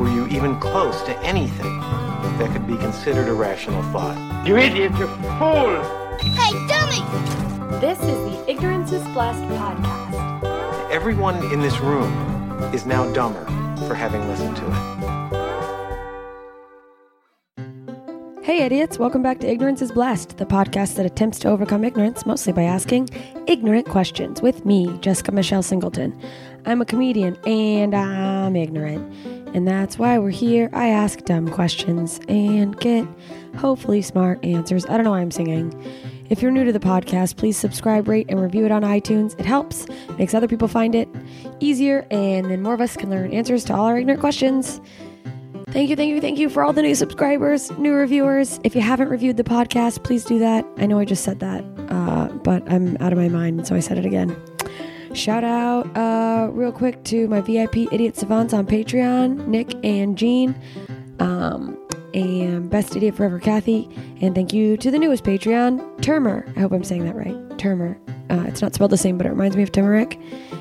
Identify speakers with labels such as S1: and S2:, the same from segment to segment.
S1: were you even close to anything that could be considered a rational thought.
S2: You idiot, you fool!
S3: Hey, dummy!
S4: This is the Ignorance is Blessed podcast.
S1: Everyone in this room is now dumber for having listened to it.
S5: Hey, idiots, welcome back to Ignorance is Blessed, the podcast that attempts to overcome ignorance mostly by asking ignorant questions with me, Jessica Michelle Singleton. I'm a comedian and I'm ignorant. And that's why we're here. I ask dumb questions and get hopefully smart answers. I don't know why I'm singing. If you're new to the podcast, please subscribe, rate, and review it on iTunes. It helps, makes other people find it.
S2: easier and then more of us can learn answers to all our ignorant questions. Thank you, thank you, thank you for all the new subscribers, new reviewers. If you haven't reviewed the podcast, please do that. I know I just said that, uh, but I'm out of my mind, so I said it again. Shout out uh, real quick to my VIP idiot savants on Patreon, Nick and Jean, um, and Best Idiot Forever, Kathy. And thank you to the newest Patreon, Turmer. I hope I'm saying that right. Turmer. Uh, it's not spelled the same, but it reminds me of turmeric.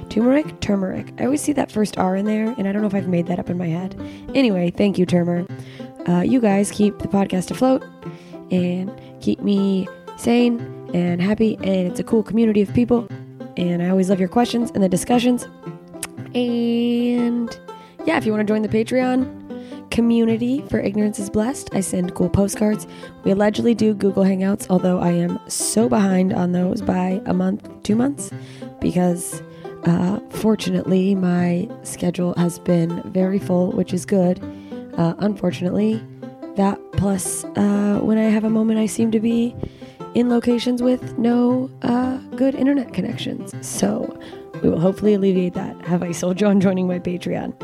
S2: Turmeric? Turmeric. I always see that first R in there, and I don't know if I've made that up in my head. Anyway, thank you, Turmer. Uh, you guys keep the podcast afloat and keep me sane and happy, and it's a cool community of people. And I always love your questions and the discussions. And yeah, if you want to join the Patreon community for Ignorance is Blessed, I send cool postcards. We allegedly do Google Hangouts, although I am so behind on those by a month, two months, because uh, fortunately my schedule has been very full, which is good. Uh, unfortunately, that plus uh, when I have a moment, I seem to be in locations with no uh, good internet connections. So we will hopefully alleviate that. Have I sold you on joining my Patreon?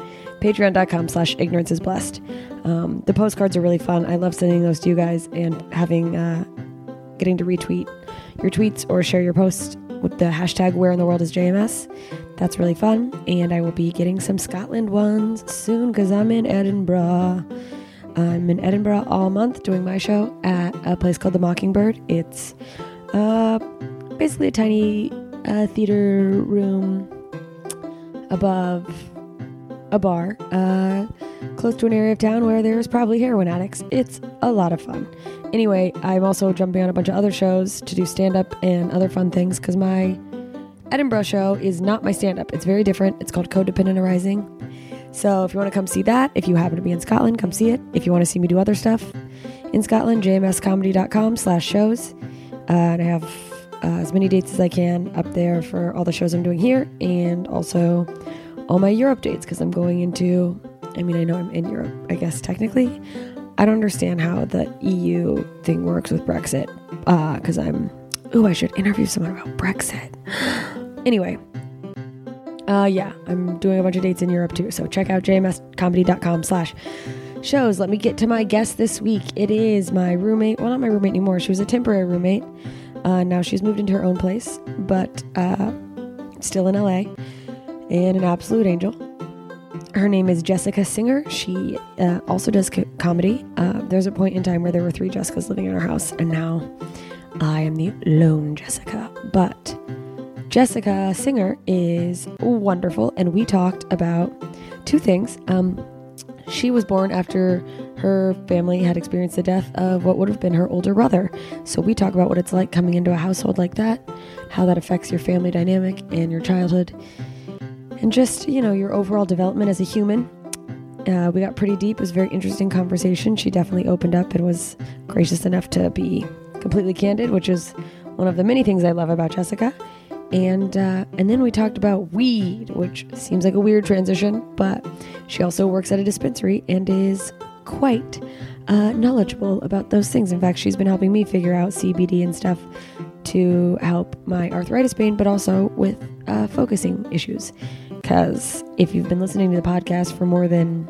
S2: Patreon.com slash ignorance is blessed. Um, the postcards are really fun. I love sending those to you guys and having uh, getting to retweet your tweets or share your posts with the hashtag where in the world is JMS. That's really fun. And I will be getting some Scotland ones soon because I'm in Edinburgh. I'm in Edinburgh all month doing my show at a place called The Mockingbird. It's uh, basically a tiny uh, theater room above a bar, uh, close to an area of town where there's probably heroin addicts. It's a lot of fun. Anyway, I'm also jumping on a bunch of other shows to do stand up and other fun things because my Edinburgh show is not my stand up. It's very different. It's called Codependent Arising. So if you want to come see that, if you happen to be in Scotland, come see it. If you want to see me do other stuff in Scotland, jmscomedy.com slash shows. Uh, and I have uh, as many dates as I can up there for all the shows I'm doing here and also all my Europe dates because I'm going into, I mean, I know I'm in Europe, I guess technically. I don't understand how the EU thing works with Brexit because I'm, ooh, I should interview someone about Brexit. anyway, uh, yeah, I'm doing a bunch of dates in Europe too. So check out jmscomedy.com slash shows. Let me get to my guest this week. It is my roommate. Well, not my roommate anymore. She was a temporary roommate. Uh, now she's moved into her own place, but uh, still in LA and an absolute angel. Her name is Jessica Singer. She uh, also does co- comedy. Uh, there's a point in time where there were three Jessicas living in our house, and now I am the lone Jessica. But Jessica Singer is wonderful, and we talked about two things. Um, she was born after her family had experienced the death of what would have been her older brother. So we talk about what it's like coming into a household like that, how that affects your family dynamic and your childhood, and just, you know, your overall development as a human. Uh, we got pretty deep. It was a very interesting conversation. She definitely opened up and was gracious enough to be completely candid, which is one of the many things I love about Jessica. And uh, and then we talked about weed, which seems like a weird transition, but she also works at a dispensary and is quite uh, knowledgeable about those things. In fact, she's been helping me figure out CBD and stuff to help my arthritis pain, but also with uh, focusing issues. Because if you've been listening to the podcast for more than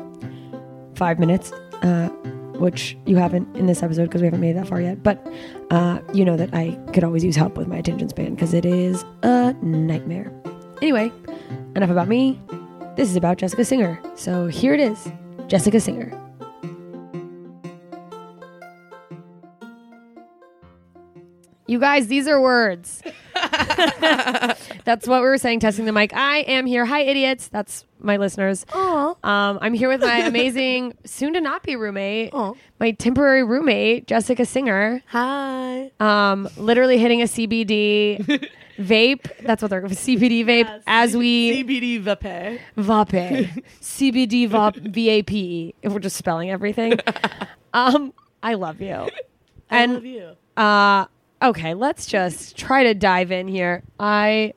S2: five minutes, uh, which you haven't in this episode because we haven't made it that far yet, but uh, you know that I could always use help with my attention span because it is a nightmare. Anyway, enough about me. This is about Jessica Singer. So here it is Jessica Singer. You guys, these are words. That's what we were saying, testing the mic. I am here. Hi, idiots. That's my listeners.
S4: Aw.
S2: Um, I'm here with my amazing, soon to not be roommate,
S4: Aw.
S2: my temporary roommate, Jessica Singer.
S4: Hi.
S2: Um, literally hitting a CBD vape. That's what they're CBD vape as we
S3: CBD vape.
S2: vape, CBD vap, vape. E, If we're just spelling everything, um, I love you. and
S3: Love you.
S2: uh, okay, let's just try to dive in here. I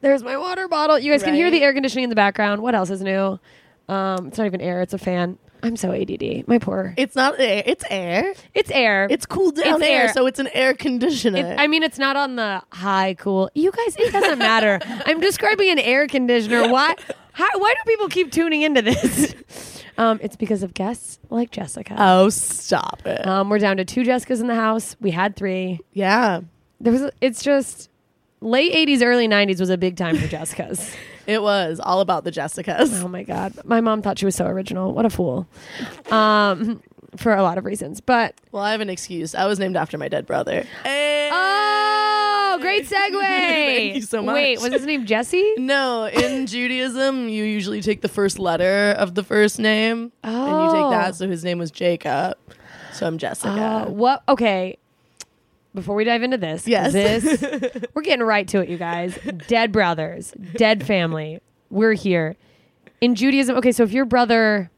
S2: there's my water bottle. You guys can hear
S3: Right.
S2: the air conditioning in the background. What else is new? Um, it's not even air; it's a fan.
S5: I'm so ADD. My poor.
S3: It's not air. It's air.
S2: It's air.
S3: It's cool down air,
S2: air.
S3: so it's an air
S2: It-
S3: conditioner.
S2: I mean, it's not on the high cool. You guys, it doesn't matter. I'm describing an air conditioner. Why? How, why do people keep tuning into this?
S5: Um, it's because of guests like Jessica.
S3: oh, stop it.
S5: Um, we're down to two Jessicas in the house. We had three.
S3: yeah,
S5: There was. It's just late '80s, early '90s was a big time for Jessicas.
S3: it was all about the Jessicas.
S5: oh my god, my mom thought she was so original. What a fool. Um, for a lot of reasons, but
S3: Well, I have an excuse. I was named after my dead brother. Uh, Hey.
S2: Oh, great segue.
S3: Thank you so much.
S5: wait, was his name Jesse?
S3: No, in Judaism, you usually take the first letter of the first name, and you
S5: Oh.
S3: take that. So his name was Jacob. So I'm Jessica.
S5: Uh, what? Okay. Before we dive into this, 'cause
S3: Yes.
S5: this we're getting right to it, you guys. Dead brothers, dead family. We're here in Judaism. Okay, so if your brother,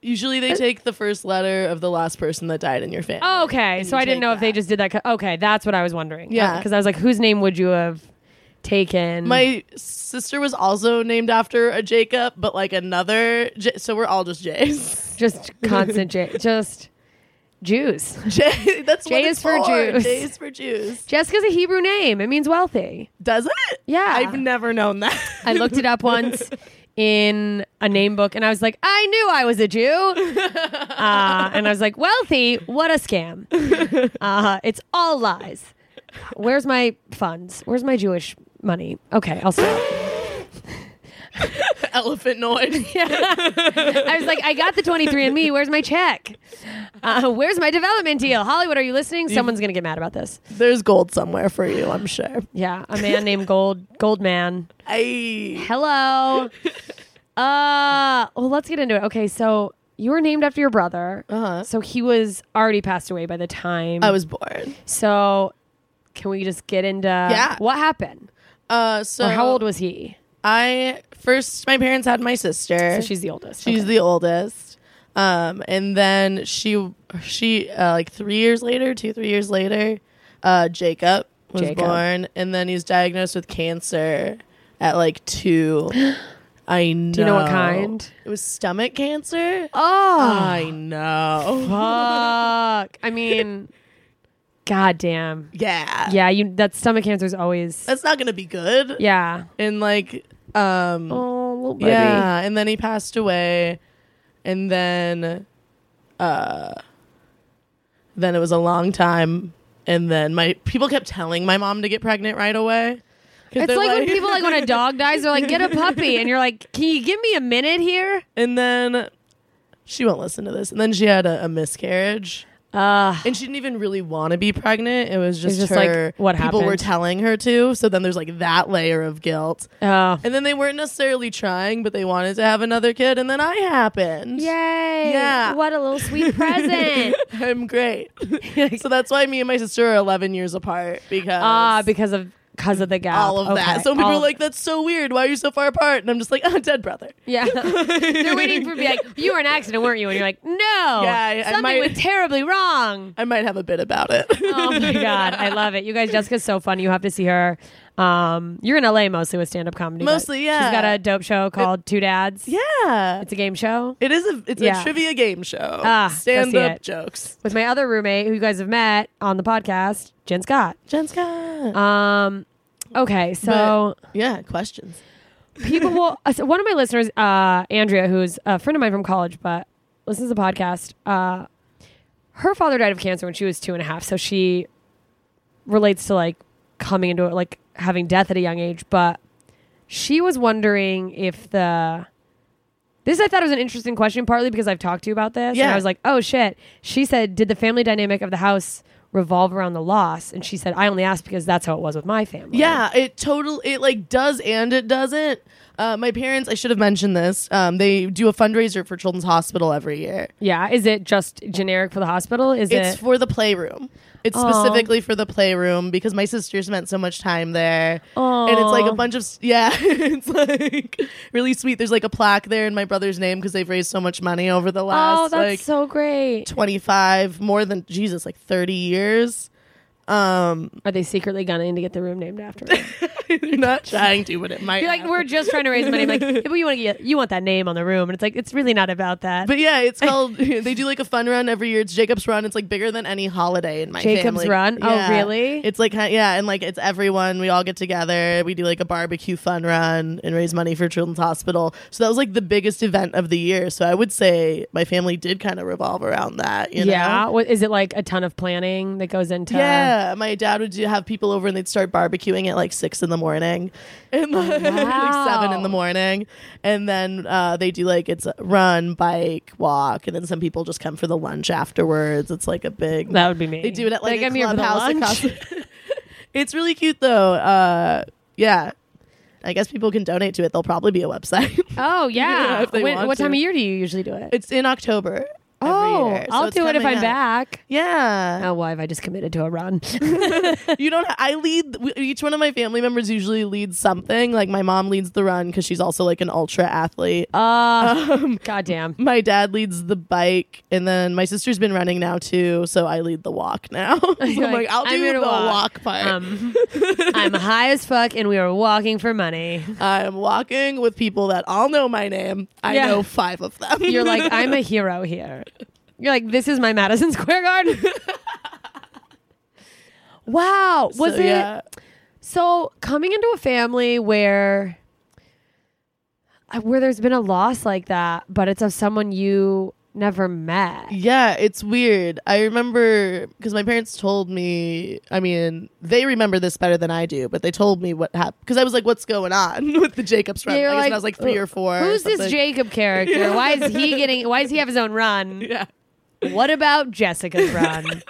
S3: Usually, they take the first letter of the last person that died in your family.
S5: oh, okay,
S3: And
S5: so
S3: you
S5: I didn't
S3: take
S5: know if they
S3: that.
S5: just did that. 'cause- Okay, that's what I was wondering.
S3: Yeah.
S5: because I was like, whose name would you have taken?
S3: My sister was also named after a Jacob, but like another. J- so we're all just J's.
S5: just constant J, just Jews.
S3: J- that's
S5: J
S3: what
S5: is
S3: it's
S5: for Jews.
S3: J is for Jews.
S5: Jessica's a Hebrew name. It means wealthy.
S3: Does it?
S5: Yeah.
S3: I've never known that.
S5: I looked it up once in a name book and I was like, I knew I was a Jew. Uh, and I was like, wealthy, what a scam. Uh, it's all lies. Where's my funds? Where's my Jewish money? Okay, I'll stop.
S3: Elephant noise.
S5: I was like, I got the 23andMe. Where's my check? Uh, where's my development deal? Hollywood, are you listening? Someone's going to get mad about this.
S3: There's gold somewhere for you, I'm sure.
S5: Yeah, a man named Gold, Goldman.
S3: I
S5: Hello. uh, well, let's get into it. Okay, so you were named after your brother.
S3: Uh-huh. Oh.
S5: So he was already passed away by the time.
S3: I was born.
S5: So can we just get into
S3: Yeah.
S5: what happened?
S3: Uh, so
S5: or how old was he?
S3: I first my parents had my
S5: So
S3: sister.
S5: she's the oldest.
S3: she's
S5: Okay.
S3: the oldest. Um, and then she she uh, like three years later, two three years later, uh, Jacob was
S5: Jacob.
S3: born, and then he's diagnosed with cancer at like two. I know.
S5: Do you know what kind?
S3: It was stomach cancer.
S5: Oh,
S3: I know. Ah.
S5: fuck. I mean, goddamn.
S3: Yeah.
S5: Yeah, you. That stomach cancer is always.
S3: That's not gonna be good.
S5: yeah.
S3: And like, um,
S5: Oh, little
S3: Yeah, and then he passed away, and then, uh, then it was a long time, and then my people kept telling my mom to get pregnant right away. 'Cause
S5: It's
S3: they're
S5: like, when people like when a dog dies, they're like, "Get a puppy," and you're like, "Can you give me a minute here?"
S3: and then she won't listen to this, and then she had a, a miscarriage.
S5: Uh,
S3: And she didn't even really want to be pregnant. It was just,
S5: just like,
S3: her.
S5: what
S3: people were
S5: happened?
S3: telling her to. So then there's like that layer of guilt.
S5: Oh.
S3: And then they weren't necessarily trying, but they wanted to have another kid. And then I happened.
S5: Yay.
S3: Yeah.
S5: What a little sweet present.
S3: I'm great. so that's why me and my sister are 11 years apart because
S5: Ah, because of because of the gap.
S3: all of that.
S5: Okay.
S3: So people
S5: All-
S3: are like, "That's so weird. Why are you so far apart?" And I'm just like, "Oh, dead brother."
S5: Yeah. They're waiting for me like, you were in an accident, weren't you? And you're like, No.
S3: I- I
S5: something
S3: might-
S5: went terribly wrong.
S3: I might have a bit about it.
S5: Oh my god. I love it. You guys, Jessica's so fun. You have to see her. Um, you're in LA mostly with stand up comedy. but
S3: Mostly, yeah.
S5: She's got a dope show called Two Dads.
S3: yeah,
S5: It's a game show.
S3: it is a it's
S5: Yeah.
S3: a trivia game show.
S5: Ah, go see
S3: Stand
S5: it.
S3: up jokes.
S5: With my other roommate who you guys have met on the podcast, Jen Scott.
S3: Jen Scott.
S5: Um Okay, so
S3: Uh, yeah, questions.
S5: people will uh, so one of my listeners uh andrea who's a friend of mine from college but listens to the podcast uh her father died of cancer when she was two and a half so she relates to like coming into it like having death at a young age but she was wondering if the this I thought was an interesting question, partly because I've talked to you about this. And I
S3: Yeah.
S5: was like, oh shit. She said, did the family dynamic of the house revolve around the loss? And she said, I only asked because that's how it was with my family.
S3: Yeah, it total it like does and it doesn't. Uh, my parents, I should have mentioned this. Um, they do a fundraiser for Children's Hospital every year.
S5: Yeah. Is it just generic for the hospital? Is
S3: It's
S5: it
S3: for the playroom. It's
S5: Aw.
S3: specifically for the playroom because my sister spent so much time there. And it's like
S5: Aw.
S3: a bunch of, s- yeah, it's like really sweet. There's like a plaque there in my brother's name because they've raised so much money over the last
S5: Oh, that's
S3: like
S5: so great.
S3: 25, more than, Jesus, like 30 years. Um,
S2: Are they secretly gunning to get the room named after me?
S3: they're not trying to, but it might.
S2: You're like,
S3: happen.
S2: we're just trying to raise money. I'm like, yeah, but you want to get, you want that name on the room, and it's like, it's really not about that.
S3: But yeah, it's called. they do like a fun run every year. It's Jacob's Run. It's like bigger than any holiday in my
S2: Jacob's
S3: family.
S2: Run? Oh,
S3: Yeah.
S2: really?
S3: It's like hi- yeah, and like it's everyone. We all get together. We do like a barbecue fun run and raise money for Children's Hospital. So that was like the biggest event of the year. So I would say my family did kind of revolve around that. You
S2: yeah,
S3: Know?
S2: what, is it like a ton of planning that goes into?
S3: Yeah, my dad would do, have people over and they'd start barbecuing at like six in the morning, and like,
S2: wow.
S3: like seven in the morning, and then uh, they do like it's a run, bike, walk, and then some people just come for the lunch afterwards. It's like a big.
S2: that would be me.
S3: They do it at like,
S2: I'm
S3: a
S2: here for the
S3: clubhouse
S2: lunch.
S3: across. it's really cute though. Uh, yeah, I guess people can donate to it. There'll probably be a website.
S2: Oh yeah.
S3: if they
S2: When-
S3: want
S2: what time
S3: to.
S2: of year do you usually do it?
S3: it's in October. every
S2: oh,
S3: year, so
S2: I'll
S3: it's
S2: do it if
S3: coming
S2: I'm
S3: up.
S2: back.
S3: Yeah,
S2: Oh, why have I just committed to a run?
S3: you don't i lead w- each one of my family members usually leads something like my mom leads the run because she's also like an ultra athlete Um,
S2: Uh, goddamn.
S3: my dad leads the bike and then my sister's been running now too so i lead the walk now so i'm
S2: You're
S3: like i'll
S2: "I'm
S3: do
S2: here to
S3: the walk, part
S2: Um, I'm high as fuck, and we are walking for money.
S3: i'm walking with people that all know my name i
S2: Yeah.
S3: know five of them
S2: You're like, I'm a hero here. You're like, this is my Madison Square Garden. wow. Was
S3: So,
S2: it
S3: yeah.
S2: so coming into a family where uh, where there's been a loss like that, but it's of someone you never met.
S3: Yeah, it's weird. I remember because my parents told me. I mean, they remember this better than I do, but they told me what happened because I was like, "What's going on with the Jacobs run?"
S2: They were
S3: I
S2: like,
S3: guess
S2: "Oh,
S3: when I was like three or four. or
S2: Who's this
S3: something.
S2: Jacob character? Why is he getting why does he have his own run?
S3: Yeah.
S2: What about Jessica's run?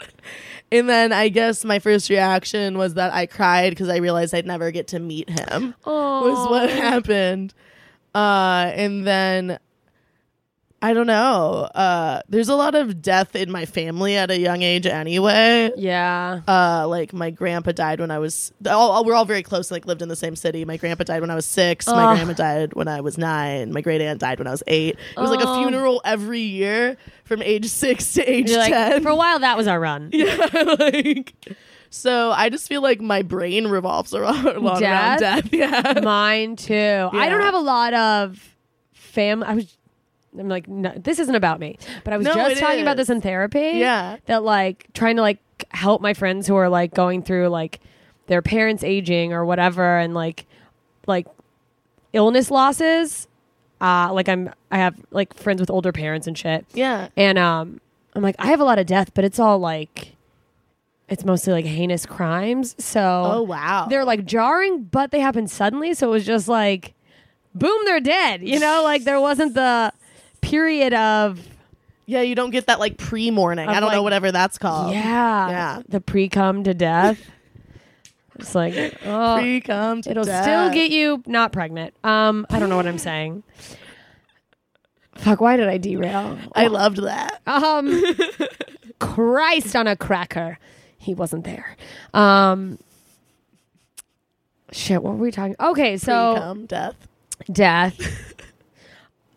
S3: And then I guess my first reaction was that I cried because I realized I'd never get to meet him. Was what happened. Uh, and then I don't know. Uh, there's a lot of death in my family at a young age, anyway.
S2: yeah.
S3: uh like my grandpa died when i was all, all- we're all very close like lived in the same city my grandpa died when i was six my
S2: Ugh.
S3: grandma died when i was nine my great aunt died when i was eight it was like a funeral every year from age six to age
S2: You're like,
S3: 10
S2: for a while that was our run.
S3: like so i just feel like my brain revolves around, around
S2: Death?
S3: death yeah
S2: Mine too. I don't have a lot of fam. I was. I'm like, no, this isn't about me. But I was
S3: No,
S2: just
S3: it
S2: talking about
S3: is.
S2: this in therapy.
S3: Yeah.
S2: That like trying to like help my friends who are like going through like their parents aging or whatever and like like illness losses. Uh, like I'm, I have like friends with older parents and shit.
S3: yeah
S2: And um, I'm like, I have a lot of death, but it's all like, it's mostly like heinous crimes. So
S3: oh wow
S2: they're like jarring, but they happen suddenly. So it was just like, boom, they're dead. You know, like there wasn't the period of
S3: yeah you don't get that like pre-morning
S2: Of,
S3: i don't know
S2: like-
S3: whatever that's called
S2: yeah,
S3: yeah.
S2: the pre cum to death. it's like oh,
S3: Pre come to
S2: it'll
S3: death.
S2: still get you not pregnant. Um, I don't know what I'm saying. Fuck, why did I derail?
S3: I loved that.
S2: Um, Christ on a cracker. He wasn't there. Um, shit, what were we talking? Okay, so
S3: Pre cum death.
S2: death.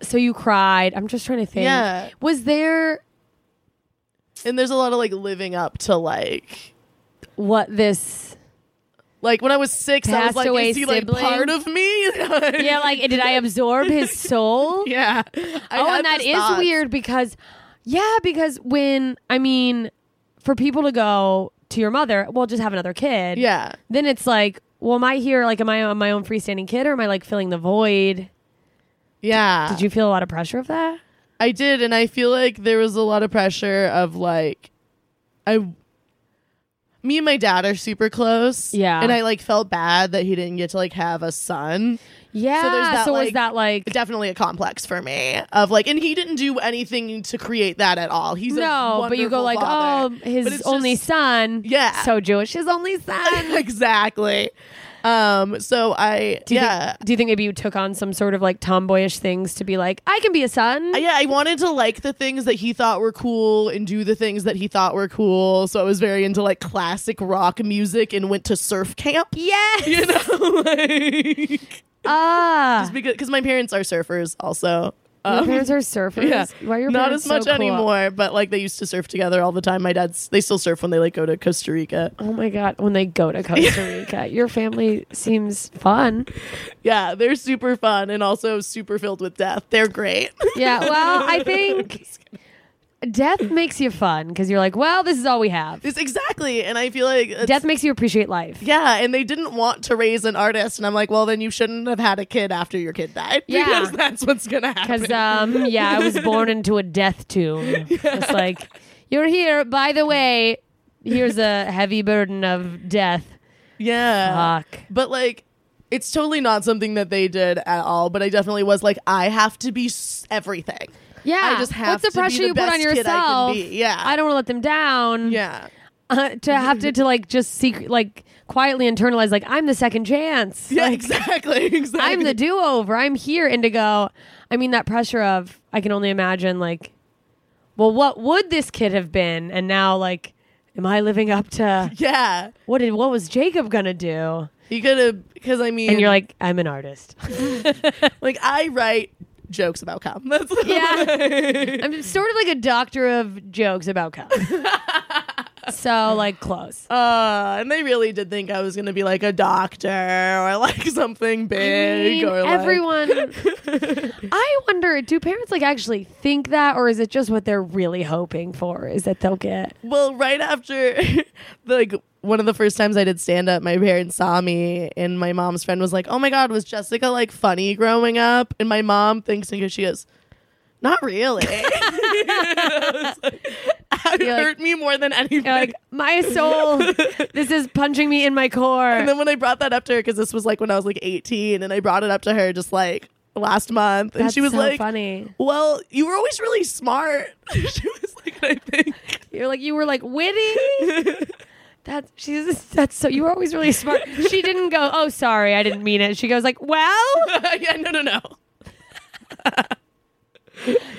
S2: so you cried. I'm just trying to think.
S3: Yeah.
S2: Was there
S3: And there's a lot of like living up to like
S2: what this?
S3: Like when I was six, I
S2: Passed
S3: was like,
S2: away
S3: is he like
S2: sibling?
S3: part of me?
S2: Yeah, like did I absorb his soul?
S3: yeah. I
S2: oh,
S3: had
S2: and that
S3: those
S2: is
S3: thoughts.
S2: weird because, yeah, because when I mean, for people to go to your mother, well, just have another kid.
S3: Yeah,
S2: Then it's like, well, am I here? Like, am I on my own freestanding kid, or am I like filling the void?
S3: yeah.
S2: Did you feel a lot of pressure of that?
S3: I did, and I feel like there was a lot of pressure of like, I, me and my dad are super close.
S2: Yeah.
S3: and I like felt bad that he didn't get to like have a son.
S2: Yeah.
S3: that,
S2: so was
S3: like-
S2: that like?
S3: Definitely a complex for me of like, and he didn't do anything to create that at all. He's
S5: oh,
S3: a
S2: no, but you go
S3: wonderful
S2: like,
S3: father.
S2: oh,
S3: But
S2: his
S3: it's
S2: only
S3: just-
S2: son.
S3: Yeah.
S2: So Jewish, his only son.
S3: exactly. Um, so I
S2: Do you
S3: yeah.
S2: Think, do you think maybe you took on some sort of like tomboyish things to be like, I can be a son?
S3: yeah, I wanted to like the things that he thought were cool and do the things that he thought were cool. So I was very into like classic rock music and went to surf camp.
S2: yes.
S3: You know, like
S2: Ah.
S5: Ah.
S3: because 'cause my parents are surfers also. Um,
S5: Your parents are surfers.
S3: Yeah,
S5: Why are your
S3: not
S5: parents
S3: as much
S5: so cool?
S3: anymore, but like they used to surf together all the time. My dad's they still surf when they like go to Costa Rica.
S5: Oh my god! When they go to Costa Rica, your family seems fun.
S3: Yeah, they're super fun and also super filled with death. They're great.
S5: Yeah. Well, I think death makes you fun because you're like, well, this is all we have.
S3: It's exactly, and I feel like uh, it's-
S5: Death makes you appreciate life.
S3: Yeah, and they didn't want to raise an artist, and I'm like, well, then you shouldn't have had a kid after your kid died.
S5: Yeah.
S3: because that's what's gonna happen.
S5: Because um, yeah, I was born into a death tomb. It's like you're here. By the way, here's a heavy burden of death.
S3: yeah,
S5: Fuck.
S3: but like. It's totally not something that they did at all, but I definitely was like, I have to be s- everything.
S5: Yeah.
S3: I just have
S5: What's the
S3: to be
S5: pressure
S3: the
S5: you put
S3: best
S5: on
S3: kid I can
S5: yourself?
S3: be. Yeah.
S5: I don't want to let them down.
S3: Yeah.
S5: Uh, to have to to like just secret like quietly internalize like I'm the second chance.
S3: Yeah, exactly. Exactly.
S5: I'm the do over. I'm here, Indigo. I mean that pressure of I can only imagine like well what would this kid have been? And now like am I living up to
S3: yeah.
S5: what did what was Jacob gonna do?
S3: You could have, because I mean,
S5: And you're like, I'm an artist.
S3: like I write jokes about cum. That's
S5: Yeah. I'm sort of like a doctor of jokes about cum. so like close.
S3: Uh, and they really did think I was gonna be like a doctor or like something big
S5: mean,
S3: or like,
S5: everyone. I wonder, do parents like actually think that, or is it just what they're really hoping for? Is that they'll get?
S3: Well, right after, like one of the first times I did stand up, my parents saw me, and my mom's friend was like, "Oh my god, was Jessica like funny growing up?" And my mom thinks because she goes, "Not really." I was like, "That
S5: You're like-
S3: hurt me more than anything.
S5: You're like my soul, this is punching me in my core.
S3: And then when I brought that up to her, because this was like when I was like 18, and I brought it up to her just like last month, and
S5: That's
S3: she was
S5: so
S3: like,
S5: funny.
S3: Well, you were always really smart. she was like, I think.
S5: You're like you were like witty. That's she's that's so you were always really smart. She didn't go, oh sorry, I didn't mean it. She goes like, well,
S3: yeah, no, no, no.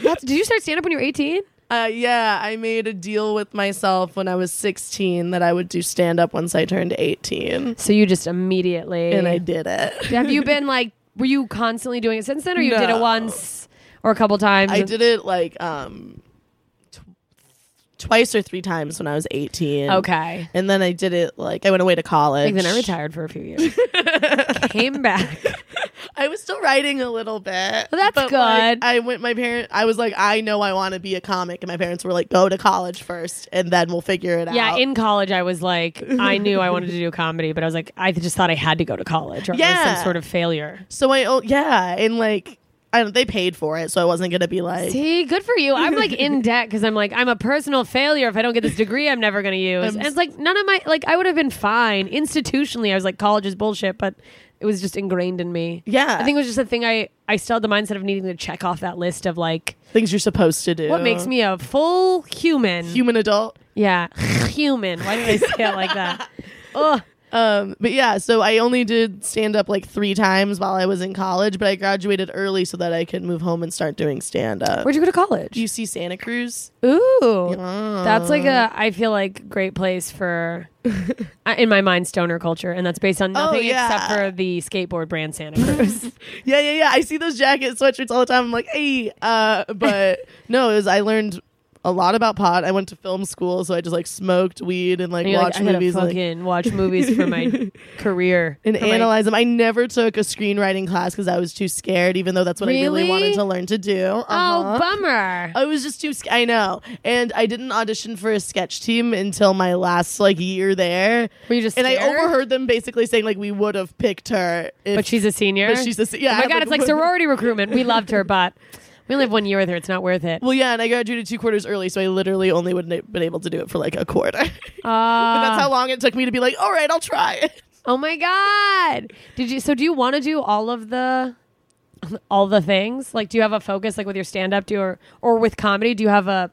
S5: that's, did you start stand up when you were 18?
S3: Uh, yeah, I made a deal with myself when I was 16 that I would do stand up once I turned 18.
S5: So you just immediately
S3: And I did it.
S5: Have you been like, were you constantly doing it since then, or you did it
S3: No.
S5: once or a couple times?
S3: I did it like um, tw- twice or three times when I was 18.
S5: Okay.
S3: And then I did it like I went away to college.
S5: Like, then I retired for a few years. Came back.
S3: I was still writing a little bit.
S5: Well, that's
S3: but, like,
S5: good.
S3: I went. My parent. I was like, I know I want to be a comic, and my parents were like, go to college first, and then we'll figure it
S5: Yeah,
S3: out.
S5: in college, I was like, I knew I wanted to do comedy, but I was like, I just thought I had to go to college or yeah.
S3: Yeah.
S5: some sort of failure.
S3: so I. Oh, yeah, and like, I don't. They paid for it, so I wasn't gonna be like.
S5: See, good for you. I'm like in debt because I'm like, I'm a personal failure. If I don't get this degree, I'm never going to use. and it's like, none of my, like, I would have been fine. Institutionally, I was like, college is bullshit, but it was just ingrained in me.
S3: Yeah.
S5: I think it was just a thing I, I still had the mindset of needing to check off that list of like,
S3: things you're supposed to do.
S5: what makes me a full human?
S3: human adult?
S5: yeah, human. Why did I say it like that? Ugh.
S3: Um, but yeah, so I only did stand up like three times while I was in college, but I graduated early so that I could move home and start doing stand up.
S5: Where'd you go to college?
S3: Do you see Santa Cruz?
S5: Ooh, that's like a I feel like great place for I- in my mind stoner culture, and that's based on nothing
S3: Oh, yeah.
S5: except for the skateboard brand Santa Cruz.
S3: Yeah, yeah, yeah. I see those jacket sweatshirts all the time. I'm like, hey, uh, but no, it was I learned a lot about pot. I went to film school, so I just like smoked weed and like
S5: And you're
S3: watched
S5: like, I
S3: movies,
S5: gotta
S3: like,
S5: fucking watch movies for my career
S3: and
S5: for my-
S3: analyze them. I never took a screenwriting class because I was too scared, even though that's what I
S5: Really?
S3: really wanted to learn to do.
S5: Oh,
S3: Uh-huh.
S5: bummer.
S3: I was just too. sc- I know, and I didn't audition for a sketch team until my last like year there.
S5: Were you just
S3: and I
S5: scared?
S3: overheard them basically saying like we would have picked her, if,
S5: But she's a senior.
S3: But she's a se- yeah,
S5: Oh my
S3: I'm
S5: god,
S3: like,
S5: it's like
S3: what-
S5: sorority recruitment. We loved her, but we only have one year with her. It's not worth it.
S3: Well, yeah, and I graduated two quarters early, so I literally only would have been able to do it for like a quarter. but
S5: Ah.
S3: that's how long it took me to be like, all right, I'll try it.
S5: Oh my god! Did you? So do you want to do all of the, all the things? Like, do you have a focus? Like with your stand up, do you, or or with comedy, do you have a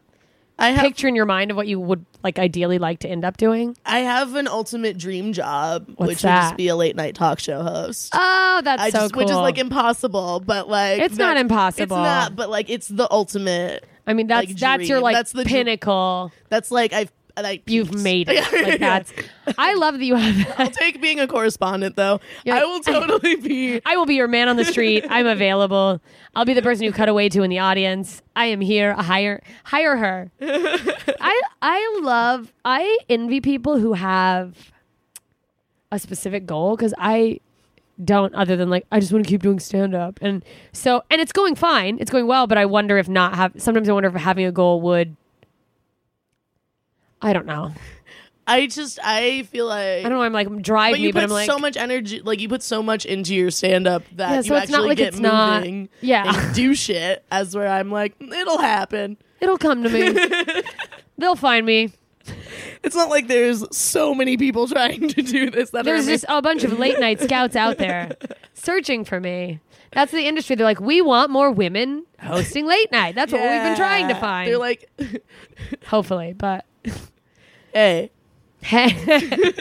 S3: I have
S5: picture in your mind of what you would like ideally like to end up doing?
S3: I have an ultimate dream job,
S5: What's
S3: which would
S5: that?
S3: just be a late night talk show host.
S5: Oh, that's
S3: I
S5: so
S3: just,
S5: cool.
S3: which is like impossible, but like
S5: It's not
S3: that's-
S5: impossible.
S3: It's not, but like it's the ultimate.
S5: I mean, that's
S3: like,
S5: that's your
S3: dream.
S5: like
S3: That's the dr-
S5: pinnacle.
S3: That's like I've like
S5: You've
S3: peeps.
S5: made it. Like that's. I love that you have.
S3: I'll
S5: That.
S3: take being a correspondent though.
S5: You're
S3: I
S5: like-
S3: will totally be.
S5: I will be your man on the street. I'm available. I'll be the person you cut away to in the audience. I am here. Hire hire her. I I love I envy people who have a specific goal cuz I don't other than like I just want to keep doing stand up. And so and it's going fine. It's going well, but I wonder if not have sometimes I wonder if having a goal would I don't know.
S3: I just I feel
S5: I
S3: like
S5: don't know. I'm like drive
S3: but
S5: me,
S3: you
S5: but
S3: put
S5: I'm like
S3: so much energy like you put so much into your stand up that
S5: Yeah, so
S3: you
S5: it's not
S3: actually
S5: like
S3: get
S5: it's not-
S3: moving
S5: Yeah.
S3: and do shit as where I'm like it'll happen.
S5: it'll come to me. They'll find me.
S3: It's not like there's so many people trying to do this that
S5: There's
S3: are
S5: just a bunch of late night scouts out there searching for me. That's the industry. They're like, we want more women hosting late night. That's what we've been trying to
S3: Yeah.
S5: find.
S3: They're like
S5: Hopefully, but Oh,
S3: hey Oh,
S5: hey,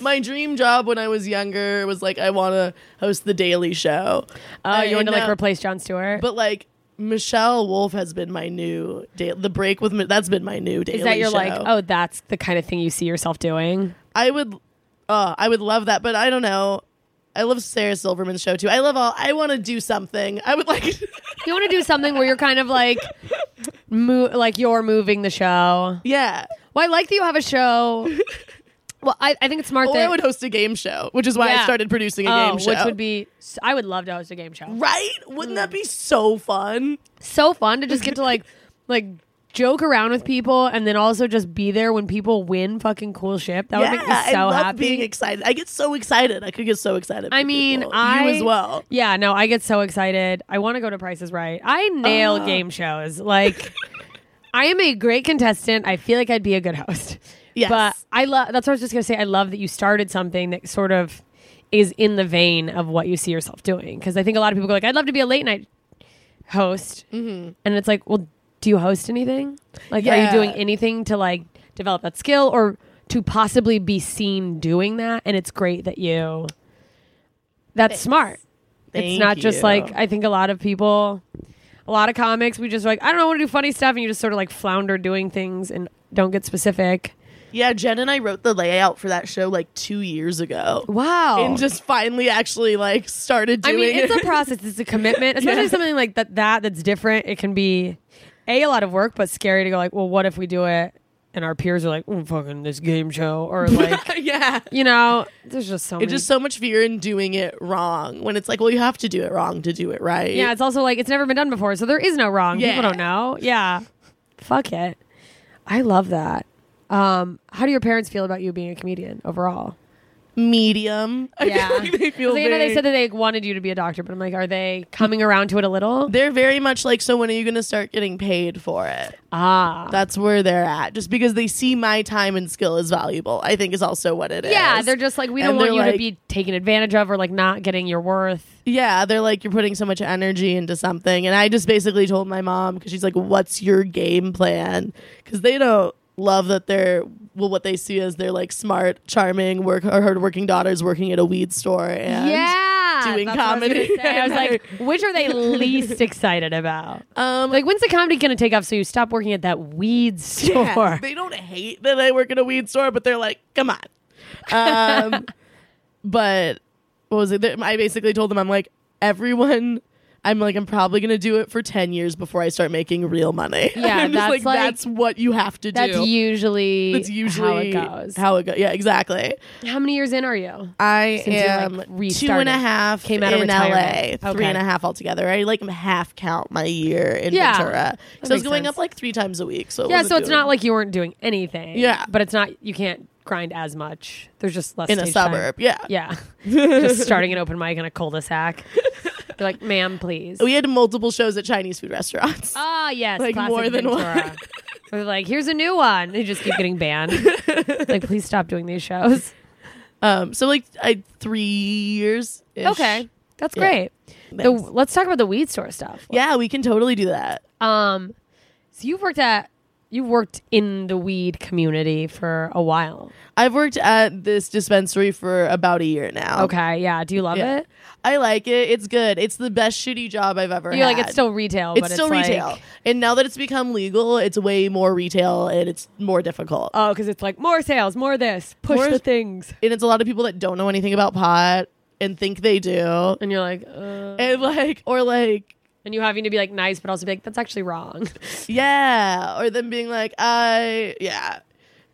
S3: my dream job when I was younger was like I want to host the Daily Show.
S5: oh, you want to like
S3: replace.
S5: replace John Stewart?
S3: But like Michelle Wolf has been my new da- the break with Mi- that's been my new daily
S5: Is that you're
S3: show.
S5: like, oh, that's the kind of thing you see yourself doing?
S3: I would uh I would love that, but I don't know. I love Sarah Silverman's show too. I love all I want to do something. I would like
S5: You want to do something where you're kind of like, mo- like you're moving the show.
S3: yeah.
S5: Well, I like that you have a show. Well, I, I think it's smart
S3: Or
S5: that
S3: Oh, I would host a game show, which is why I
S5: Yeah.
S3: started producing a
S5: oh,
S3: game show.
S5: which would be Mm. I would love to host a game show.
S3: right? Wouldn't that be so fun?
S5: so fun to just get to like like joke around with people and then also just be there when people win fucking cool shit. That
S3: yeah,
S5: would make me so
S3: I love
S5: happy.
S3: being excited. I get so excited. I could get so excited.
S5: I
S3: for
S5: mean,
S3: people.
S5: I
S3: you as well.
S5: Yeah, no, I get so excited. I want to go to Price is Right. I nail
S3: Ah.
S5: game shows. Like, I am a great contestant. I feel like I'd be a good host.
S3: Yes.
S5: but I love. That's what I was just gonna say. I love that you started something that sort of is in the vein of what you see yourself doing. Because I think a lot of people go like, "I'd love to be a late night host," and it's like, well, do you host anything? Like, are you
S3: Mm-hmm. Yeah.
S5: doing anything to like develop that skill or? To possibly be seen doing that, and it's great that you. That's smart it's
S3: Thank
S5: not just
S3: you.
S5: like I think a lot of people, a lot of comics, we just like I don't know, I want to do funny stuff, and you just sort of like flounder doing things and don't get specific.
S3: Yeah, Jen and I wrote the layout for that show like two years ago.
S5: Wow.
S3: And just finally actually like started
S5: Oh. I
S3: doing
S5: mean, it's
S3: it.
S5: a process. It's a commitment, especially something like that. That that's different. It can be a a lot of work, but scary to go like, well, what if we do it? And our peers are like, oh, fucking this game show, or like,
S3: yeah.
S5: you know, there's just so many.
S3: It's just so much fear in doing it wrong when it's like, well, you have to do it wrong to do it right.
S5: Yeah, it's also like it's never been done before, so there is no wrong.
S3: Yeah.
S5: People don't know. Yeah. Fuck it. I love that. Um, how do your parents feel about you being a comedian overall?
S3: medium. I feel like they feel
S5: Because, you know, they
S3: very-
S5: said that they wanted you to be a doctor, but I'm like, are they coming around to it a little?
S3: they're very much like, so when are you going to start getting paid for it?
S5: Ah.
S3: That's where they're at. Just because they see my time and skill as valuable, I think is also what it is.
S5: Yeah, they're just like we don't
S3: And
S5: want
S3: they're
S5: you to
S3: like-
S5: be taken advantage of or like not getting your worth.
S3: Yeah, they're like, you're putting so much energy into something. And I just basically told my mom, because she's like, what's your game plan? Because they don't love that they're, well, what they see as they're like smart, charming, work or hardworking daughters working at a weed store. And
S5: yeah,
S3: doing
S5: that's what I was gonna
S3: comedy.
S5: say. I was like, which are they least excited about?
S3: um,
S5: Like, when's the comedy gonna take off? So you stop working at that weed store?
S3: yeah, they don't hate that I work at a weed store, but they're like, come on. Um, but what was it? I basically told them, I'm like, everyone. I'm like, I'm probably gonna do it for ten years before I start making real money.
S5: Yeah,
S3: I'm just
S5: that's
S3: like,
S5: like-
S3: that's what you have to do.
S5: That's usually
S3: That's usually
S5: how it goes. How,
S3: How it goes. Yeah, exactly.
S5: many years in are you?
S3: I
S5: Since you, like,
S3: am two
S5: restarted.
S3: and a half
S5: Came out of
S3: in
S5: retirement.
S3: LA,
S5: Okay.
S3: three and a half altogether. I like half count my year in
S5: Yeah.
S3: Ventura.
S5: That
S3: So I was
S5: makes
S3: going
S5: sense.
S3: up like three times a week. So it
S5: Yeah,
S3: wasn't
S5: so it's
S3: doing-
S5: not like you weren't doing anything.
S3: Yeah.
S5: but it's not. You can't grind as much. There's just less
S3: in a
S5: stage time.
S3: suburb. Yeah.
S5: Yeah, just starting an open mic in a cul-de-sac. They're like, "Ma'am, please."
S3: We had multiple shows at Chinese food restaurants.
S5: Ah, yes,
S3: Oh, Like,
S5: classic
S3: more than
S5: Ventura.
S3: one.
S5: They're like, "Here's a new one." They just keep getting banned. like, please stop doing these shows.
S3: Um, so like I three years.
S5: Okay, that's
S3: Yeah.
S5: great. The, let's talk about the weed store stuff.
S3: Yeah, we can totally do that.
S5: Um, so you've worked at You worked in the weed community for a while.
S3: I've worked at this dispensary for about a year now.
S5: Okay, yeah. Do you love
S3: Yeah.
S5: it?
S3: I like it. It's good. It's the best shitty job I've ever
S5: You're
S3: had.
S5: like Uh, it's still retail,
S3: it's
S5: but
S3: still
S5: like-
S3: retail. and now that it's become legal, it's way more retail and it's more difficult.
S5: oh, because it's like more sales, more this, push
S3: More-
S5: the things,
S3: and it's a lot of people that don't know anything about pot and think they do.
S5: and you're like, uh,
S3: And like or like
S5: and you having to be like nice, but also be like that's actually wrong.
S3: yeah, or them being like I yeah.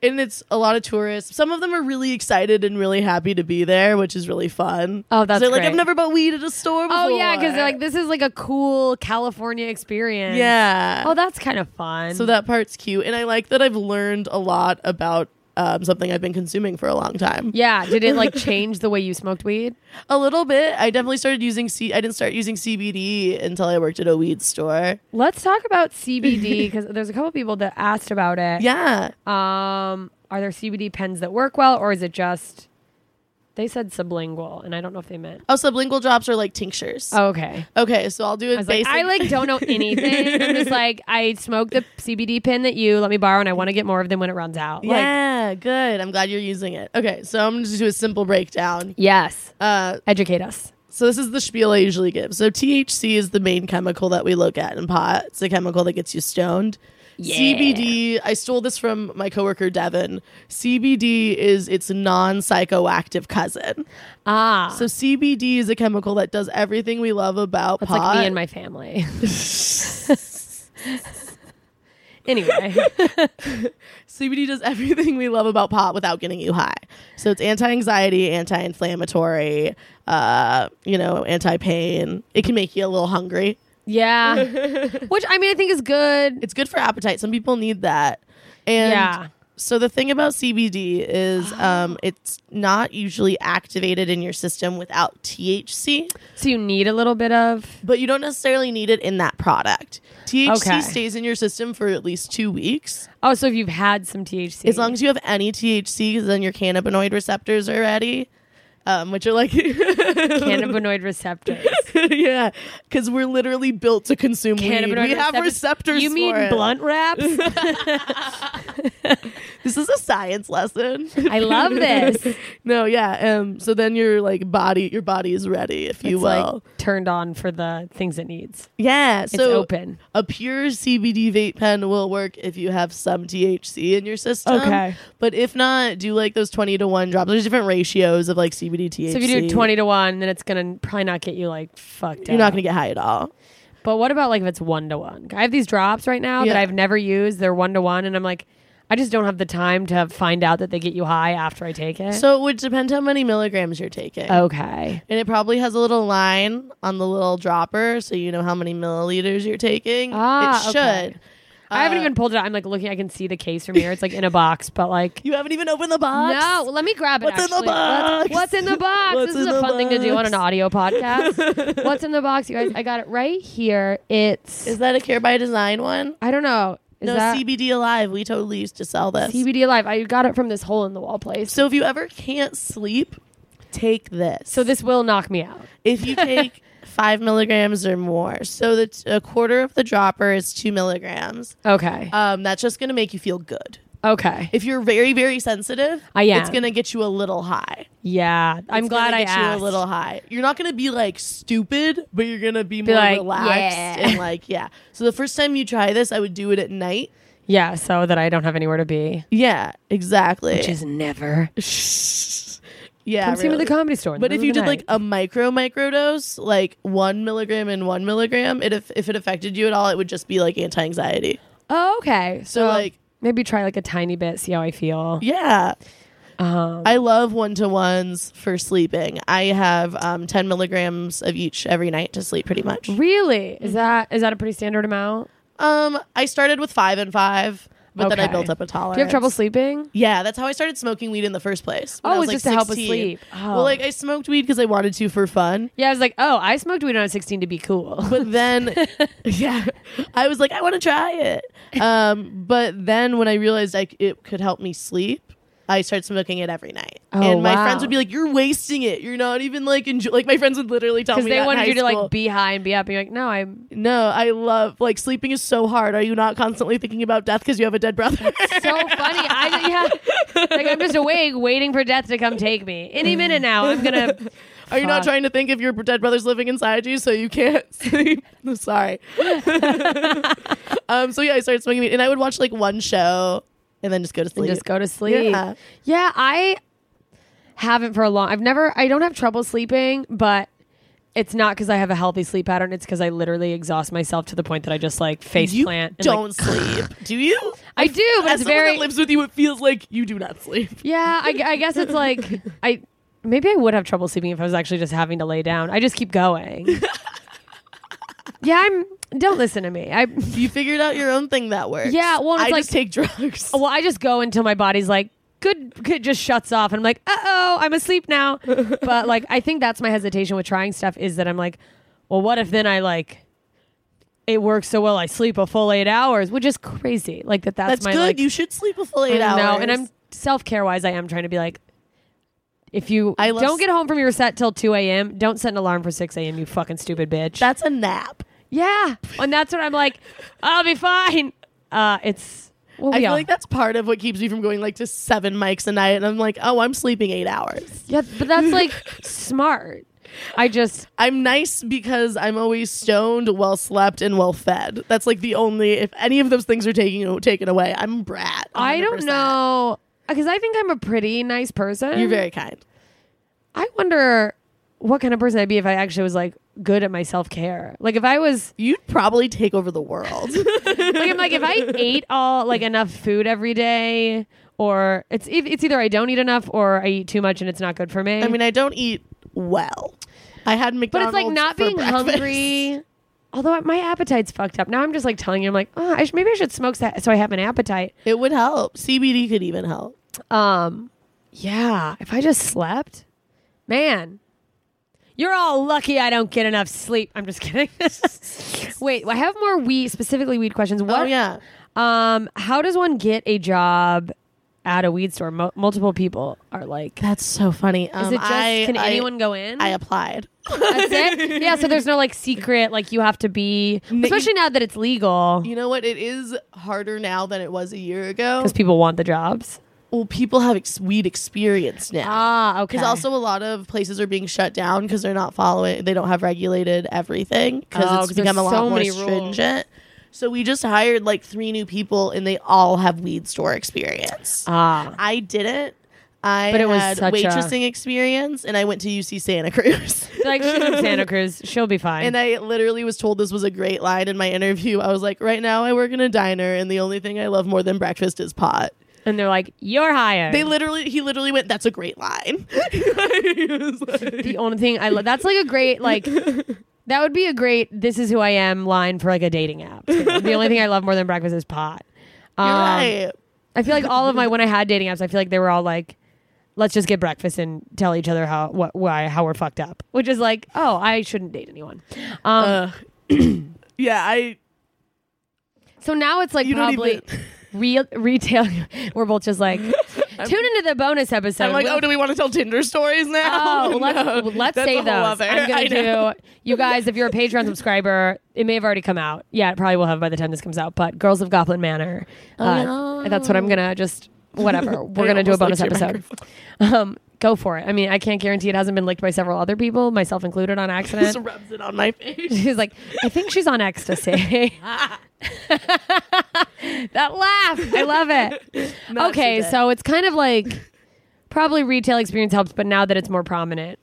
S3: And it's a lot of tourists. Some of them are really excited and really happy to be there, which is really fun.
S5: Oh, that's
S3: they're like
S5: great.
S3: I've never bought weed at a store before.
S5: oh yeah, because like this is like a cool California experience.
S3: yeah.
S5: Oh, that's kind of fun.
S3: So that part's cute, and I like that I've learned a lot about um, something I've been consuming for a long time.
S5: yeah. Did it like change the way you smoked weed?
S3: a little bit. I definitely started using C. I didn't start using CBD until I worked at a weed store.
S5: Let's talk about CBD because there's a couple people that asked about it.
S3: Yeah,
S5: Um, are there CBD pens that work well, or is it just they said sublingual, and I don't know if they meant.
S3: oh, sublingual drops are like tinctures.
S5: Okay,
S3: Okay, so I'll do
S5: uh,
S3: it.
S5: I was like,
S3: basic.
S5: I like don't know anything. I'm just like, I smoked the CBD pin that you let me borrow, and I want to get more of them when it runs out. Like,
S3: yeah, good. I'm glad you're using it. Okay, so I'm gonna just do a simple breakdown.
S5: yes,
S3: Uh,
S5: educate us.
S3: So this is the spiel I usually give. So THC is the main chemical that we look at in pot. It's a chemical that gets you stoned. CBD, I stole this from my coworker Devin. CBD is its non-psychoactive cousin.
S5: Ah,
S3: So CBD is a chemical that does everything we love about
S5: that's
S3: pot.
S5: like me and my family. anyway,
S3: CBD does everything we love about pot without getting you high. So it's anti-anxiety, anti-inflammatory, uh, you know, anti-pain. It can make you a little hungry.
S5: yeah, which I mean, I think is good.
S3: It's good for appetite. Some people need that. And
S5: Yeah.
S3: So the thing about CBD is um, it's not usually activated in your system without THC,
S5: So you need a little bit of
S3: but you don't necessarily need it in that product. THC
S5: Okay.
S3: stays in your system for at least two weeks,
S5: oh, so if you've had some THC,
S3: as long as you have any THC, because then your cannabinoid receptors are ready, um, which are like,
S5: cannabinoid receptors.
S3: yeah, because we're literally built to consume weed.
S5: Cannabinoid
S3: We have receptors.
S5: receptors. You mean
S3: for it.
S5: blunt wraps?
S3: This is a science lesson.
S5: I love this.
S3: No, yeah. Um, so then your like body, your body is ready, if you
S5: it's
S3: will.
S5: like turned on for the things it needs.
S3: yeah. So
S5: It's open.
S3: a pure CBD vape pen will work if you have some THC in your system.
S5: Okay.
S3: But if not, do like those twenty to one drops. There's different ratios of like CBD THC.
S5: So if you do twenty to one, then it's gonna probably not get you like fucked.
S3: you're not gonna get high at all.
S5: But what about like if it's one to one? I have these drops right now that
S3: Yeah.
S5: I've never used. They're one to one, and I'm like, I just don't have the time to find out that they get you high after I take it.
S3: So it would depend how many milligrams you're taking.
S5: Oh. okay,
S3: And it probably has a little line on the little dropper, so you know how many milliliters you're taking.
S5: Ah,
S3: it should.
S5: okay. I haven't
S3: Uh,
S5: even pulled it. out. I'm like looking. I can see the case from here. It's like in a box, but like
S3: You haven't even opened the box.
S5: No, well, let me grab it.
S3: What's in the
S5: actually. Let's-
S3: box?
S5: What's in the box?
S3: What's
S5: this is
S3: in
S5: a
S3: the
S5: fun thing to do on
S3: box?
S5: an audio podcast. What's in the box, you guys? I got it right here. It's
S3: Is that a Care by Design one?
S5: I don't know. Is
S3: no,
S5: that
S3: CBD Alive. We totally used to sell this.
S5: CBD Alive? I got it from this hole in the wall place. So,
S3: So if you ever can't sleep, take this.
S5: this will knock me out.
S3: if you take five milligrams or more, so that a quarter of the dropper is two milligrams.
S5: Okay.
S3: Um, that's just gonna make you feel good.
S5: okay.
S3: If you're very very sensitive,
S5: I am.
S3: It's gonna get you a little high.
S5: Yeah. I'm
S3: It's
S5: glad
S3: gonna
S5: I
S3: get
S5: asked.
S3: you a little high. You're not gonna be like stupid, but you're gonna be, more
S5: like,
S3: relaxed
S5: yeah.
S3: and like yeah. So the first time you try this, I would do it at night.
S5: yeah, so that I don't have anywhere to be.
S3: Yeah, exactly.
S5: Which is never.
S3: yeah,
S5: Come see me at the
S3: really.
S5: comedy store. in the
S3: But if
S5: middle
S3: you
S5: of the
S3: did like
S5: night.
S3: a micro micro dose, like one milligram and one milligram, it if, if it affected you at all, it would just be like anti anxiety.
S5: oh, okay. So,
S3: like-
S5: maybe try like a tiny bit, see how I feel.
S3: Yeah,
S5: Um,
S3: I love one to ones for sleeping. I have um, ten milligrams of each every night to sleep, pretty much.
S5: really? Is that is that a pretty standard amount?
S3: Um, I started with five and five, but then I
S5: Okay.
S3: built up a tolerance.
S5: Do you have trouble sleeping?
S3: Yeah, that's how I started smoking weed in the first place. when
S5: Oh,
S3: I was,
S5: it's
S3: like,
S5: just to help us
S3: 16.
S5: sleep. Oh.
S3: Well, like I smoked weed because I wanted to for fun.
S5: Yeah, I was like, oh, I smoked weed when I was 16 to be cool.
S3: but then yeah i was like i want to try it um but then when i realized like it could help me sleep I started smoking it every night,
S2: Oh,
S3: and my
S2: wow.
S3: friends would be like, "You're wasting it. You're not even like enjoy." Like my friends would literally tell me
S5: because they
S3: that in
S5: wanted
S3: high
S5: you to
S3: school.
S5: like be high and be up. And you're like, no, I'm
S3: No, I love like sleeping is so hard. Are you not constantly thinking about death because you have a dead brother?
S5: so funny. I yeah, like I'm just awake, waiting for death to come take me any minute now. I'm gonna.
S3: Are you not
S5: Fuck.
S3: trying to think if your dead brother's living inside you so you can't sleep? I'm sorry. um. So yeah, I started smoking weed, and I would watch like one show and then just go to
S2: and
S3: sleep.
S2: just go to sleep.
S3: Yeah.
S5: Yeah, I haven't for a long. I've never. I don't have trouble sleeping, but it's not because I have a healthy sleep pattern. It's because I literally exhaust myself to the point that I just like face
S3: you
S5: plant. and, like,
S3: don't sleep, do you?
S5: I do, but
S3: As
S5: it's
S3: someone
S5: very.
S3: that lives with you, it feels like you do not sleep.
S5: yeah, I, I guess it's like I. Maybe I would have trouble sleeping if I was actually just having to lay down. I just keep going. yeah, I'm. Don't listen to me. I.
S3: You figured out your own thing that works.
S5: Yeah, well, it's
S3: I
S5: like-
S3: just take drugs.
S5: Well, I just go until my body's like, good, good just shuts off. And I'm like, uh oh, I'm asleep now. but like, I think that's my hesitation with trying stuff is that I'm like, well, what if then I like, it works so well, I sleep a full eight hours, which is crazy. Like, that that's,
S3: That's
S5: my
S3: good.
S5: like,
S3: you should sleep a full eight
S5: I
S3: hours.
S5: know. And I'm self care wise, I am trying to be like, if you
S3: I love
S5: don't
S3: s-
S5: get home from your set till 2 a.m., don't set an alarm for 6 a.m., you fucking stupid bitch.
S3: That's a nap.
S5: yeah. And that's what I'm like, I'll be fine. Uh, it's, well,
S3: I
S5: we
S3: feel
S5: all-
S3: like that's part of what keeps me from going like to seven mics a night, and I'm like, oh, I'm sleeping eight hours.
S5: Yeah, but that's like smart. I just
S3: I'm nice because I'm always stoned, well slept, and well fed. That's like the only if any of those things are taken taken away, I'm a brat.
S5: I don't
S3: 100%.
S5: know because Oh, I think I'm a pretty nice person.
S3: You're very kind.
S5: I wonder what kind of person I'd be if I actually was like good at my self care. Like if I was
S3: You'd probably take over the world.
S5: like I'm like if I ate all like enough food every day. Or it's eith- it's either I don't eat enough or I eat too much and it's not good for me.
S3: I mean, I don't eat well. I had
S5: but
S3: McDonald's,
S5: it's like not
S3: for
S5: being
S3: breakfast.
S5: hungry. Although my appetite's fucked up now, I'm just like telling you, I'm like, oh, I sh- maybe I should smoke that so I have an appetite.
S3: It would help. CBD could even help.
S5: Um, yeah, if I just slept, man, you're all lucky I don't get enough sleep. I'm just kidding. Wait, I have more weed, specifically weed questions. What?
S3: Oh yeah.
S5: Um, how does one get a job at a weed store? Mo- multiple people are like,
S3: That's so funny. Um,
S5: is it just
S3: I-
S5: can
S3: I-
S5: anyone go in?
S3: I applied.
S5: That's it. Yeah, so there's no like secret. Like you have to be, especially now that it's legal,
S3: You know what? It is harder now than it was a year ago.
S5: because people want the jobs.
S3: Well, people have ex- weed experience now.
S5: Ah, okay.
S3: Because also a lot of places are being shut down because they're not following. They don't have regulated everything because
S5: Oh,
S3: it's
S5: 'cause
S3: become a
S5: there's
S3: lot
S5: so
S3: more
S5: many rules.
S3: stringent. So we just hired like three new people, and they all have weed store experience.
S5: ah,
S3: I didn't. I
S5: But it was
S3: had
S5: such a-
S3: waitressing experience, and I went to UC Santa Cruz.
S5: like she's from Santa Cruz, she'll be fine.
S3: And I literally was told this was a great line in my interview. I was like, right now I work in a diner, and the only thing I love more than breakfast is pot.
S5: and they're like, you're hired.
S3: They literally, he literally went, that's a great line. He was like-
S5: the only thing I love. That's like a great like. That would be a great "This is who I am" line for like a dating app. The only thing I love more than breakfast is pot. Um,
S3: You're right.
S5: I feel like all of my when I had dating apps, I feel like they were all like, "Let's just get breakfast and tell each other how what why how we're fucked up," which is like, "Oh, I shouldn't date anyone." Um,
S3: Yeah, I,
S5: so now it's like
S3: you don't
S5: probably
S3: even.
S5: real retail. We're both just like, tune into the bonus episode.
S3: I'm like,
S5: We'll-
S3: oh, do we want to tell Tinder stories now?
S5: Oh, well, let's,
S3: No.
S5: well, let's
S3: That's a
S5: say
S3: whole
S5: those.
S3: other-
S5: I'm
S3: I
S5: gonna
S3: know.
S5: do. You guys, if you're a Patreon subscriber, it may have already come out. Yeah, it probably will have by the time this comes out. But Girls of Goblin Manor,
S3: Oh,
S5: uh, that's what I'm gonna just whatever. We're
S3: I
S5: gonna do a bonus
S3: almost licked your
S5: episode. Um, go for it. I mean, I can't guarantee it hasn't been licked by several other people, myself included, on
S3: Just
S5: accident.
S3: rubs it on my face.
S5: She's like, I think she's on ecstasy. that laugh, I love it okay,
S3: today.
S5: so it's kind of like probably retail experience helps, but now that it's more prominent,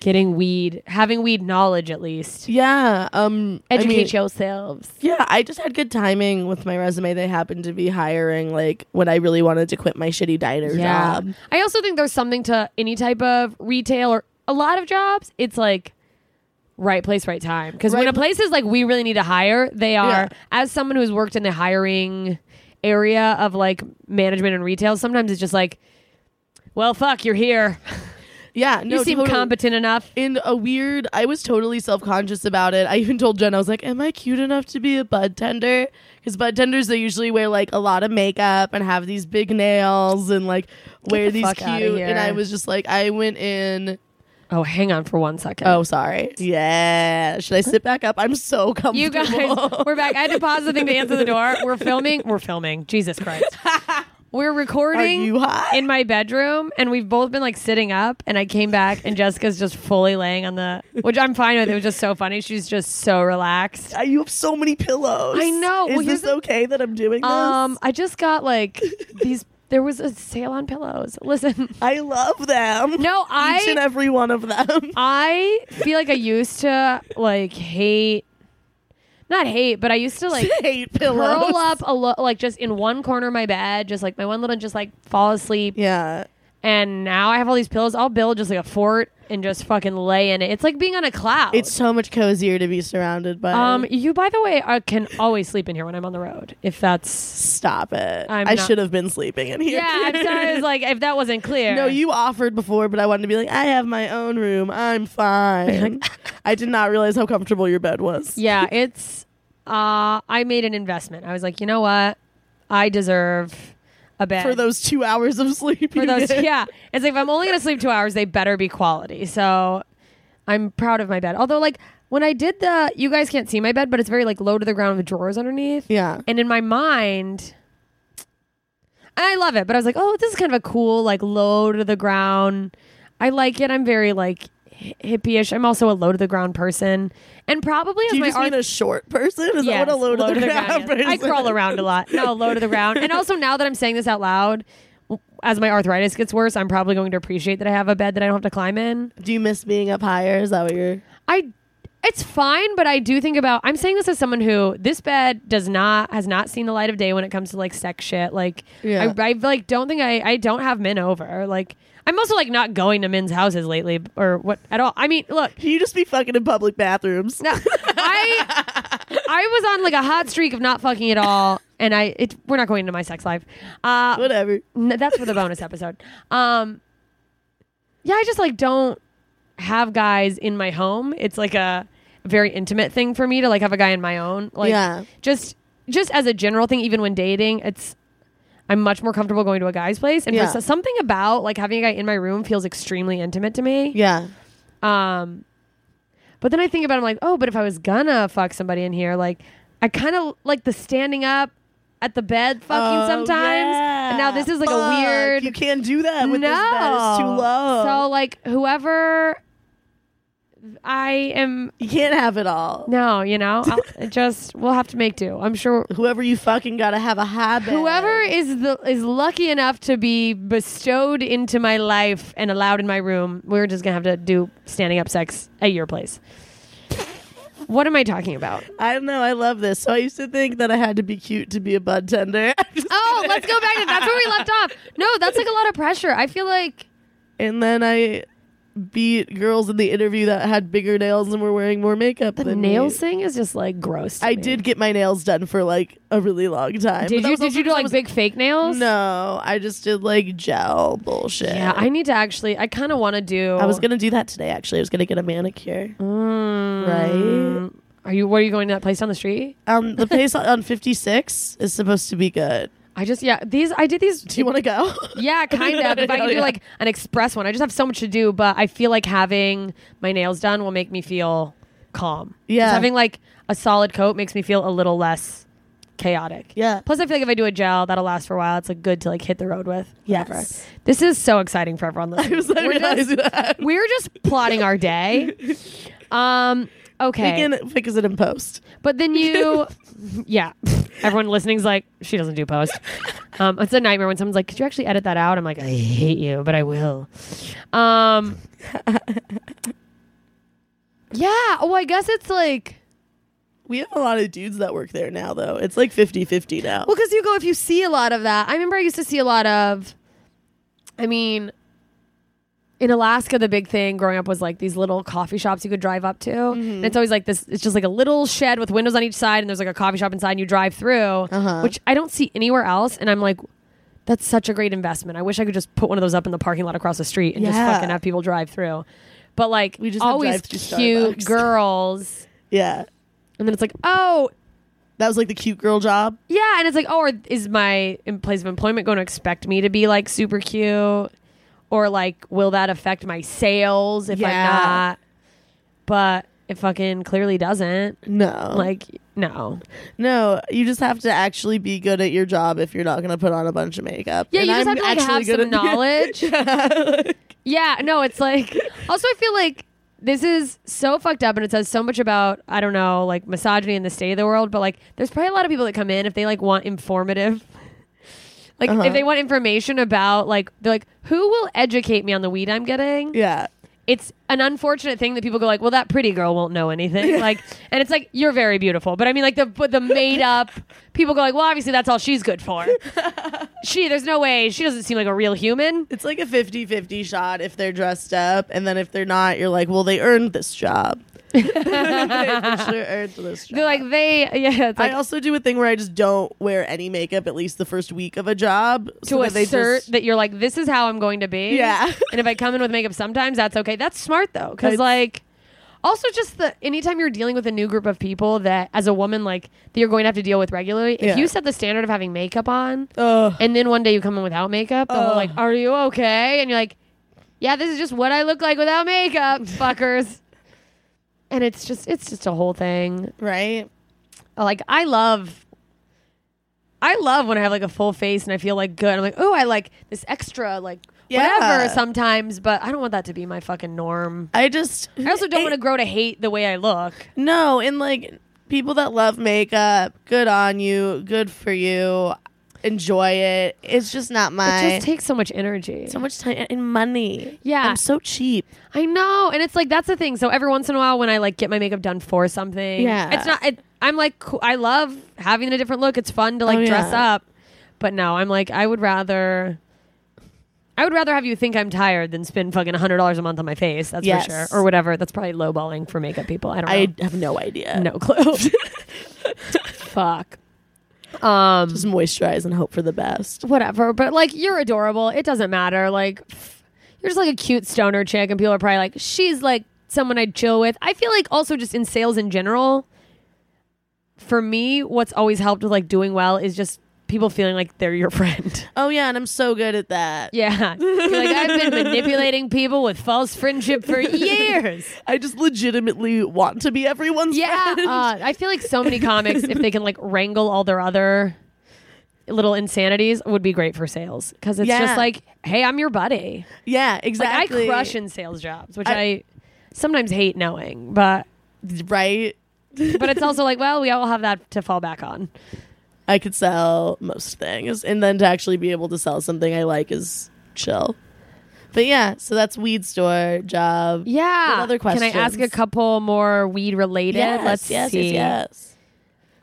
S5: getting weed, having weed knowledge at least,
S3: Yeah. Um, I
S5: educate
S3: mean-
S5: yourselves.
S3: Yeah, I just had good timing with my resume. They happened to be hiring like when I really wanted to quit my shitty diner job.
S5: I also think there's something to any type of retail or a lot of jobs. It's like right place, right time. Because when
S3: Right
S5: a place is like, we really need to hire, they are,
S3: Yeah.
S5: as someone who's worked in the hiring area of like management and retail, sometimes it's just like, well, fuck, you're here.
S3: Yeah,
S5: You
S3: no,
S5: seem
S3: totally.
S5: competent enough.
S3: In a weird, I was totally self conscious about it. I even told Jen, I was like, "Am I cute enough to be a bud tender?" Because bud tenders, they usually wear like a lot of makeup and have these big nails and like wear
S2: the
S3: these
S2: fuck
S3: cute.
S2: outta here.
S3: And I was just like, I went in.
S5: Oh, hang on for one second.
S3: Oh, sorry. Yeah. Should I sit back up? I'm so comfortable.
S5: You guys, we're back. I had to pause the thing to answer the door. We're filming. We're filming. Jesus Christ. We're recording
S3: Are you hot?
S5: in my bedroom, and we've both been like sitting up. And I came back, and Jessica's just fully laying on the, which I'm fine with. It was just so funny. She's just so relaxed.
S3: Uh, you have so many pillows.
S5: I know.
S3: Is
S5: Well, here's
S3: this
S5: the-
S3: okay that I'm doing this?
S5: Um, I just got like these. There was a sale on pillows. Listen,
S3: I love them.
S5: no,
S3: Each and
S5: I
S3: every one of them.
S5: I feel like I used to like hate, not hate, but I used to like
S3: Hate pillows.
S5: curl up a lo- like just in one corner of my bed, just like my one little, just like fall asleep.
S3: Yeah.
S5: And now I have all these pillows. I'll build just like a fort and just fucking lay in it. It's like being on a cloud.
S3: It's so much cozier to be surrounded by.
S5: um. You, by the way, I can always sleep in here when I'm on the road. If that's
S3: Stop it.
S5: I'm
S3: I
S5: not-
S3: should have been sleeping in here.
S5: yeah, I'm sorry. I was like, if that wasn't clear.
S3: No, you offered before, but I wanted to be like, I have my own room. I'm fine. I did not realize how comfortable your bed was.
S5: Yeah, it's. Uh, I made an investment. I was like, you know what, I deserve a bed
S3: For those two hours of sleep.
S5: For
S3: you
S5: those,
S3: did.
S5: yeah. It's like if I'm only gonna sleep two hours, they better be quality. So I'm proud of my bed. Although, like when I did the, you guys can't see my bed, but it's very like low to the ground with drawers underneath.
S3: Yeah.
S5: And in my mind, I love it, but I was like, oh, this is kind of a cool like low to the ground. I like it. I'm very like hi- hippie-ish. I'm also a low to the ground person, and probably as
S3: Do you
S5: my
S3: just mean
S5: art-
S3: a short person? Is
S5: Yes,
S3: that what a low to the, ground,
S5: yes. I
S3: person
S5: crawl
S3: is?
S5: around a lot. No, low to the ground. And also now that I'm saying this out loud, w- as my arthritis gets worse, I'm probably going to appreciate that I have a bed that I don't have to climb in.
S3: Do you miss being up higher? Is that what you're?
S5: I it's fine, but I do think about I'm saying this as someone who this bed does not has not seen the light of day when it comes to like sex shit. Like
S3: Yeah.
S5: I, I like don't think I I don't have men over. Like I'm also like not going to men's houses lately or what at all. I mean, look,
S3: You just be fucking in public bathrooms.
S5: No, I I was on like a hot streak of not fucking at all, and I it, we're not going into my sex life. Uh,
S3: Whatever.
S5: n- that's for the bonus episode. Um, yeah, I just like don't have guys in my home. It's like a very intimate thing for me to like have a guy in my own. Like,
S3: Yeah.
S5: just just as a general thing, even when dating, it's. I'm much more comfortable going to a guy's place, and for
S3: Yeah.
S5: so- something about like having a guy in my room feels extremely intimate to me.
S3: Yeah.
S5: Um, but then I think about it, I'm like, oh, but if I was gonna fuck somebody in here, like I kind of like the standing up at the bed fucking
S3: Oh,
S5: sometimes.
S3: yeah.
S5: And now this is like
S3: Oh, Fuck,
S5: a weird
S3: You can't do that with
S5: no.
S3: this bed. It's too low.
S5: So like whoever I am
S3: you can't have it all.
S5: no, you know, I'll, it just we'll have to make do. I'm sure
S3: Whoever you fucking gotta have a habit.
S5: whoever is the is lucky enough to be bestowed into my life and allowed in my room, we're just gonna have to do standing up sex at your place. What am I talking about?
S3: I don't know. I love this. So I used to think that I had to be cute to be a bud tender. I'm just
S5: Oh,
S3: kidding.
S5: let's go back to that's where we left off. No, that's like a lot of pressure. I feel like
S3: And then I beat girls in the interview that had bigger nails and were wearing more makeup
S5: the
S3: than
S5: nails
S3: me.
S5: thing is just like gross. to
S3: I
S5: me.
S3: did get my nails done for like a really long time.
S5: Did
S3: But that
S5: you
S3: was
S5: did
S3: also
S5: you do
S3: because I
S5: like
S3: was-
S5: big fake nails?
S3: No, I just did like gel bullshit.
S5: Yeah, I need to actually. I kind of want to do.
S3: I was gonna do that today. Actually, I was gonna get a manicure. Right?
S5: um, Are you? Where are you going to that place down the street?
S3: Um, the place on 56 is supposed to be good.
S5: I just yeah. These I did these.
S3: Do you want to go?
S5: Yeah, kind of. If I can
S3: Hell
S5: do
S3: yeah.
S5: like an express one, I just have so much to do. But I feel like having my nails done will make me feel calm. 'Cause
S3: Yeah.
S5: having like a solid coat makes me feel a little less chaotic.
S3: Yeah.
S5: Plus, I feel like if I do a gel, that'll last for a while. It's like good to like hit the road with.
S3: Yes.
S5: Whatever. This is so exciting for everyone listening.
S3: I was like,
S5: we're, just,
S3: realizing that.
S5: we're just plotting our day. Um. Okay.
S3: We can fix it in post.
S5: But then you, yeah, everyone listening's like, she doesn't do post. Um, it's a nightmare when someone's like, could you actually edit that out? I'm like, I hate you, but I will. Um, yeah. Oh, I guess it's like,
S3: We have a lot of dudes that work there now, though. It's like 50 50 now.
S5: well, because you go, if you see a lot of that, I remember I used to see a lot of, I mean, in Alaska, the big thing growing up was like these little coffee shops you could drive up to. And it's always like this, it's just like a little shed with Uh-huh. windows on each side, and there's like a coffee shop inside, and you drive through, which I don't see anywhere else. And I'm like, That's such a great investment. I wish I could just put one of those up in the parking lot across the street and just
S3: Yeah.
S5: fucking have people drive through. But like
S3: We just have
S5: always
S3: drive-thru
S5: cute
S3: Starbucks.
S5: girls.
S3: Yeah.
S5: And then it's like, oh,
S3: That was like the cute girl job.
S5: yeah. And it's like, oh, or is my em- place of employment going to expect me to be like super cute? Or like, will that affect my sales if
S3: Yeah.
S5: I'm not? But it fucking clearly doesn't.
S3: No.
S5: Like, no.
S3: no, you just have to actually be good at your job if you're not going to put on a bunch of makeup.
S5: Yeah,
S3: And
S5: you just
S3: I'm
S5: have to like
S3: actually
S5: have some
S3: good at-
S5: knowledge. yeah, no, it's like also I feel like this is so fucked up and it says so much about I don't know, like misogyny in the state of the world, but like there's probably a lot of people that come in if they like want informative like
S3: Uh-huh.
S5: if they want information about like they're like who will educate me on the weed I'm getting?
S3: yeah.
S5: It's an unfortunate thing that people go like, well that pretty girl won't know anything. Like and it's like you're very beautiful, but I mean like the but the made up people go like, well obviously that's all she's good for. she there's no way she doesn't seem like a real human.
S3: It's like a 50 50 shot if they're dressed up. And then if they're not, you're like, well, they earned this job. they actually earned this job.
S5: They're like they yeah it's like
S3: I also do a thing where I just don't wear any makeup at least the first week of a job. so
S5: to
S3: that they
S5: assert
S3: just-
S5: that you're like this is how I'm going to be.
S3: Yeah.
S5: and if I come in with makeup sometimes that's okay. That's smart though because
S3: It's-
S5: like also just the anytime you're dealing with a new group of people that as a woman like that you're going to have to deal with regularly. If
S3: Yeah.
S5: you set the standard of having makeup on
S3: Ugh.
S5: and then one day you come in without makeup and we're like are you okay and you're like yeah this is just what I look like without makeup fuckers. And it's just it's just a whole thing.
S3: right?
S5: like I love I love when I have like a full face and I feel like good. I'm like, oh, I like this extra like
S3: Yeah.
S5: whatever sometimes, but I don't want that to be my fucking norm.
S3: I just.
S5: I also don't want to grow to hate the way I look.
S3: No, and like people that love makeup, good on you, good for you. Enjoy it. It's just not
S5: It
S3: my
S5: just takes so much energy.
S3: so much time and money.
S5: Yeah.
S3: I'm so cheap.
S5: I know, and it's like that's the thing. So every once in a while, when I like get my makeup done for something,
S3: Yeah.
S5: it's not. It, I'm like, cool- I love having a different look. It's fun to like
S3: Oh,
S5: dress
S3: yeah.
S5: up, but no, I'm like, I would rather, I would rather have you think I'm tired than spend fucking hundred dollars a month on my face. That's
S3: Yes.
S5: for sure, or whatever. That's probably lowballing for makeup people. I don't. know.
S3: I uh, have no idea.
S5: no clue. Fuck. Um.
S3: Just moisturize and hope for the best.
S5: Whatever, but like you're adorable. It doesn't matter. Like pff, you're just like a cute stoner chick, and people are probably like, she's like someone I'd chill with. I feel like also just in sales in general. For me, what's always helped with like doing well is just people feeling like they're your friend.
S3: Oh yeah, and I'm so good at that.
S5: Yeah, You're like I've been manipulating people with false friendship for years.
S3: I just legitimately want to be everyone's
S5: Yeah,
S3: friend.
S5: uh, I feel like so many comics, if they can like wrangle all their other little insanities, would be great for sales because it's
S3: Yeah.
S5: just like, hey, I'm your buddy.
S3: yeah,
S5: Like
S3: exactly.
S5: I crush in sales jobs, which I,
S3: I-
S5: sometimes hate knowing, but
S3: right?
S5: but it's also like, well, we all have that to fall back on.
S3: I could sell most things, and then to actually be able to sell something I like is chill. But yeah, so that's weed store job.
S5: Yeah.
S3: What other
S5: Can I ask a
S3: questions?
S5: couple more weed related?
S3: Yes,
S5: Let's
S3: yes,
S5: see.
S3: yes,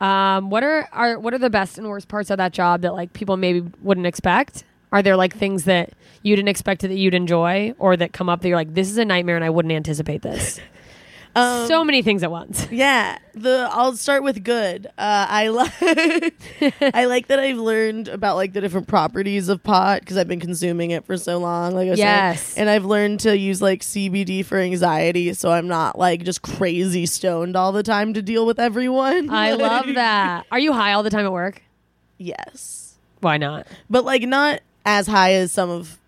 S3: yes.
S5: Um, what are are what are the best and worst parts of that job that like people maybe wouldn't expect? Are there like things that you didn't expect that you'd enjoy, or that come up that you're like, this is a nightmare and I wouldn't anticipate this?
S3: Um,
S5: so many things at once.
S3: Yeah, the I'll start with good. Uh, I like I like that I've learned about like the different properties of pot because I've been consuming it for so long. Like I said.
S5: Yes.
S3: and I've learned to use like CBD for anxiety, so I'm not like just crazy stoned all the time to deal with everyone.
S5: I love
S3: Like,
S5: that. Are you high all the time at work?
S3: Yes,
S5: Why not?
S3: but like not as high as some of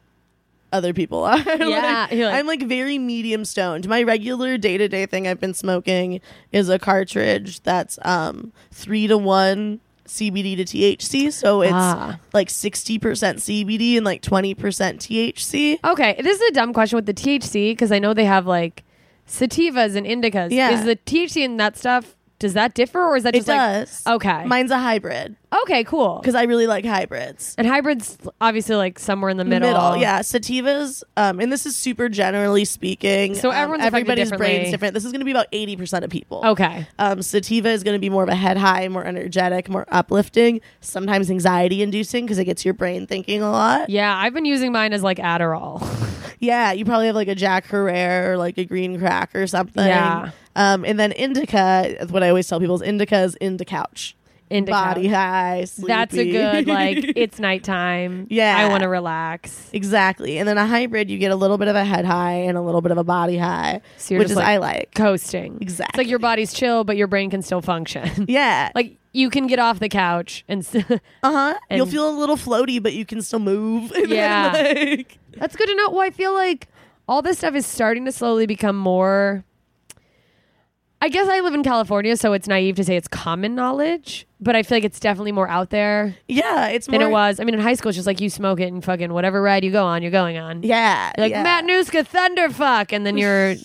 S3: other people are. Like,
S5: Yeah, you're like-
S3: I'm like very medium stoned. My regular day to day thing I've been smoking is a cartridge that's um three to one CBD to THC, so it's
S5: Ah.
S3: like sixty percent CBD and like twenty percent THC.
S5: Okay, this is a dumb question with the THC because I know they have like sativas and indicas.
S3: Yeah.
S5: is the THC in that stuff? Does that differ, or is that just
S3: It does.
S5: like okay?
S3: Mine's a hybrid
S5: okay, cool.
S3: because I really like hybrids.
S5: and hybrids obviously like somewhere in the middle.
S3: Middle. yeah. Sativas, um, and this is super generally speaking.
S5: So
S3: um,
S5: everyone's affected
S3: everybody's
S5: differently. Oh,
S3: brain's different. This is going to be about eighty percent of people.
S5: Okay.
S3: Um, sativa is going to be more of a head high, more energetic, more uplifting, sometimes anxiety inducing because it gets your brain thinking a lot. Yeah.
S5: Yeah, I've been using mine as like Adderall.
S3: you probably have like a Jack Herrera or like a green crack or something.
S5: Yeah.
S3: Um, and then indica, what I always tell people is indica is in the couch.
S5: indica.
S3: body high.
S5: That's a
S3: sleepy.
S5: good like. It's nighttime.
S3: Yeah.
S5: I want to relax.
S3: exactly. And then a hybrid, you get a little bit of a head high and a little bit of a body high,
S5: So you're
S3: which
S5: just
S3: is
S5: like-
S3: I like.
S5: Coasting. It's
S3: Exactly.
S5: like your body's chill, but your brain can still function.
S3: yeah.
S5: like you can get off the couch and. s
S3: uh huh. You'll
S5: and-
S3: feel a little floaty, but you can still move. And then,
S5: Yeah.
S3: like-
S5: That's good to know. Well, I feel like all this stuff is starting to slowly become more. I guess I live in California, so it's naive to say it's common knowledge, but I feel like it's definitely more out there
S3: yeah. It's more.
S5: than it was. I mean, in high school, it's just like you smoke it and fucking whatever ride you go on, you're going on.
S3: Yeah.
S5: You're like
S3: yeah.
S5: Matt Nooska Thunderfuck, and then you're,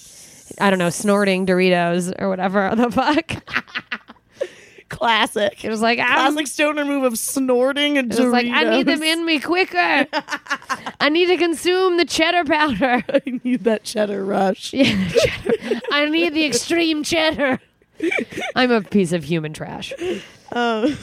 S5: I don't know, snorting Doritos or whatever the fuck.
S3: Classic.
S5: It was like, I'm,
S3: Classic stoner move of snorting and
S5: it was like I need them in me quicker. I need to consume the cheddar powder.
S3: I need that cheddar rush.
S5: Yeah, cheddar. I need the extreme cheddar. I'm a piece of human trash.
S3: Um,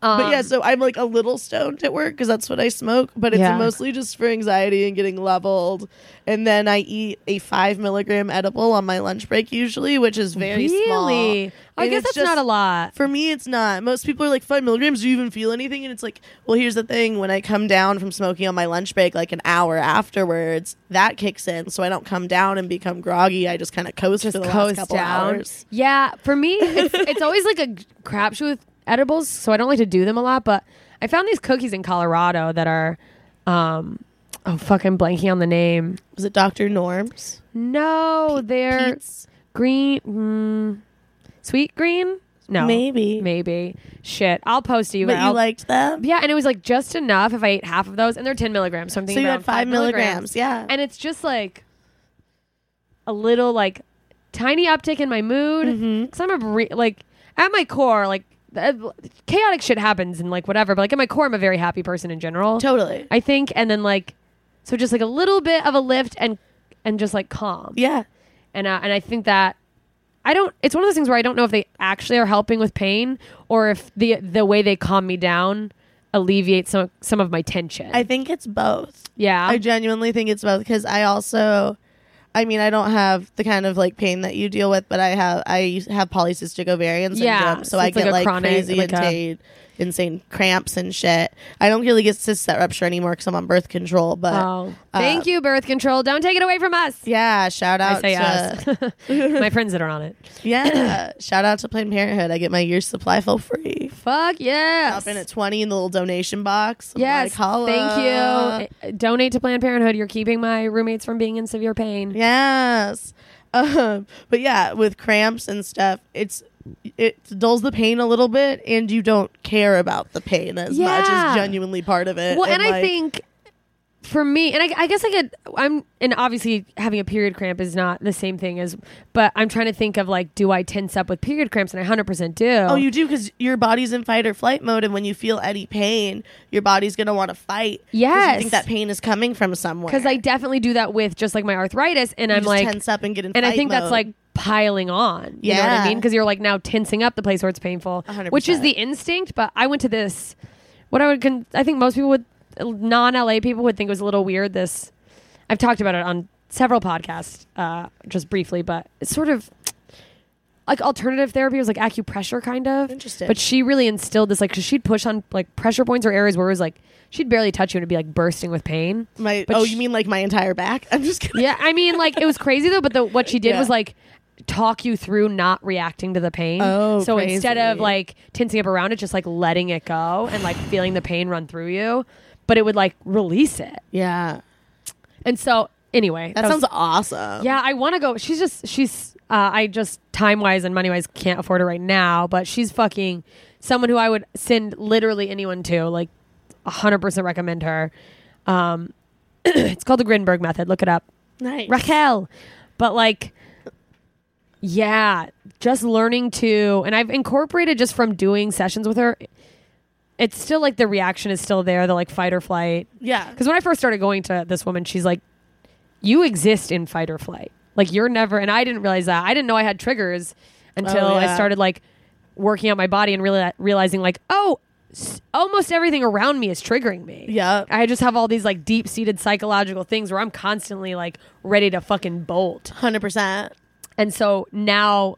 S3: but
S5: Um,
S3: yeah, so I'm like a little stoned at work because that's what I smoke, but it's
S5: Yeah.
S3: mostly just for anxiety and getting leveled. And then I eat a five milligram edible on my lunch break usually, which is very small.
S5: really? I
S3: And
S5: guess
S3: it's
S5: that's not
S3: just-
S5: a lot.
S3: For me, it's not. Most people are like, five milligrams, do you even feel anything? And it's like, well, here's the thing. When I come down from smoking on my lunch break, like an hour afterwards, that kicks in. So I don't come down and become groggy. I just kind of coast
S5: Just
S3: for the last
S5: coast
S3: couple
S5: down.
S3: hours.
S5: Yeah, for me, it's, it's always like a g- crapshoot with edibles, so I don't like to do them a lot. But I found these cookies in Colorado that are, um, oh fuck, I'm blanking on the name.
S3: Was it Dr. Norm's?
S5: No, they're
S3: Pete's?
S5: green, mm, sweet green. No,
S3: Maybe.
S5: maybe. Shit, I'll post to you.
S3: But you
S5: I'll-
S3: liked them?
S5: Yeah, and it was like just enough if I ate half of those, and they're ten milligrams. So I'm
S3: So
S5: thinking
S3: you
S5: about
S3: had five milligrams, yeah.
S5: and it's just like a little like tiny uptick in my mood
S3: Mm-hmm.
S5: because I'm a re- like at my core like uh, chaotic shit happens and like whatever, but like at my core I'm a very happy person in general.
S3: totally.
S5: I think, and then like so just like a little bit of a lift and and just like calm
S3: yeah.
S5: and uh, and I think that I don't. It's one of those things where I don't know if they actually are helping with pain or if the the way they calm me down alleviates some some of my tension.
S3: I think it's both.
S5: yeah,
S3: I genuinely think it's both because I also, I mean, I don't have the kind of like pain that you deal with, but I have I have polycystic ovarian syndrome,
S5: Yeah,
S3: so,
S5: so
S3: I
S5: it's like
S3: get
S5: a
S3: like,
S5: chronic-
S3: crazy
S5: like a-
S3: insane, insane cramps and shit. I don't really get cysts that rupture anymore because I'm on birth control, but
S5: Oh,
S3: uh,
S5: thank you, birth control. Don't take it away from us.
S3: yeah, shout out
S5: I say
S3: to
S5: us. my friends that are on it.
S3: yeah, shout out to Planned Parenthood. I get my year's supply for free.
S5: Fuck yes.
S3: Up in at twenty in the little donation box. I'm
S5: Yes,
S3: like, "Holla."
S5: thank you. Uh, Donate to Planned Parenthood. You're keeping my roommates from being in severe pain.
S3: Yes. Um, but yeah, with cramps and stuff, it's it dulls the pain a little bit, and you don't care about the pain as much
S5: Yeah.
S3: as genuinely part of it.
S5: Well, and, I
S3: like,
S5: think for me, and I, I guess I get, I'm, and obviously having a period cramp is not the same thing as, but I'm trying to think of like, do I tense up with period cramps? And I 100% do.
S3: oh, you do because your body's in fight or flight mode, and when you feel any pain, your body's gonna want to fight. 'cause
S5: Yes.
S3: you think that pain is coming from somewhere.
S5: Because I definitely do that with just like my arthritis, and
S3: You
S5: I'm
S3: just
S5: like,
S3: tense up and get in.
S5: and I
S3: fight
S5: think that's
S3: mode.
S5: like piling on. You know what
S3: Yeah.
S5: I mean? Because you're like now tensing up the place where it's painful,
S3: 100%.
S5: which is the instinct. But I went to this, what I would, con- I think most people would, non LA people would think it was a little weird. This, I've talked about it on several podcasts, uh, just briefly, but it's sort of like alternative therapy It was like acupressure kind of
S3: Interesting.
S5: but she really instilled this like because she'd push on like pressure points or areas where it was like she'd barely touch you and it'd be like bursting with pain
S3: my.
S5: but
S3: oh,
S5: sh-
S3: you mean like my entire back? I'm just kidding.
S5: yeah, I mean, like it was crazy though. But the, what she did
S3: Yeah.
S5: was like talk you through not reacting to the pain.
S3: Oh,
S5: so instead of
S3: crazy.
S5: like tensing up around it, just like letting it go and like feeling the pain run through you, but it would like release it.
S3: Yeah.
S5: And so anyway,
S3: That,
S5: was-
S3: sounds awesome.
S5: yeah, I want to go. She's just she's. Uh, I just time wise and money wise can't afford her right now, but she's fucking someone who I would send literally anyone to. Like, hundred percent recommend her. Um, it's called the Grinberg method. Look it up.
S3: Nice.
S5: Raquel. But like, yeah, just learning to, and I've incorporated just from doing sessions with her. It's still like the reaction is still there, the like fight or flight.
S3: Yeah.
S5: Because when I first started going to this woman, she's like, "You exist in fight or flight. Like you're never." And I didn't realize that. I didn't know I had triggers until
S3: Oh,
S5: I
S3: yeah.
S5: started like working out my body and reala- realizing like, oh, s- almost everything around me is triggering me.
S3: Yeah.
S5: I just have all these like deep seated psychological things where I'm constantly like ready to fucking bolt.
S3: Hundred percent.
S5: And so now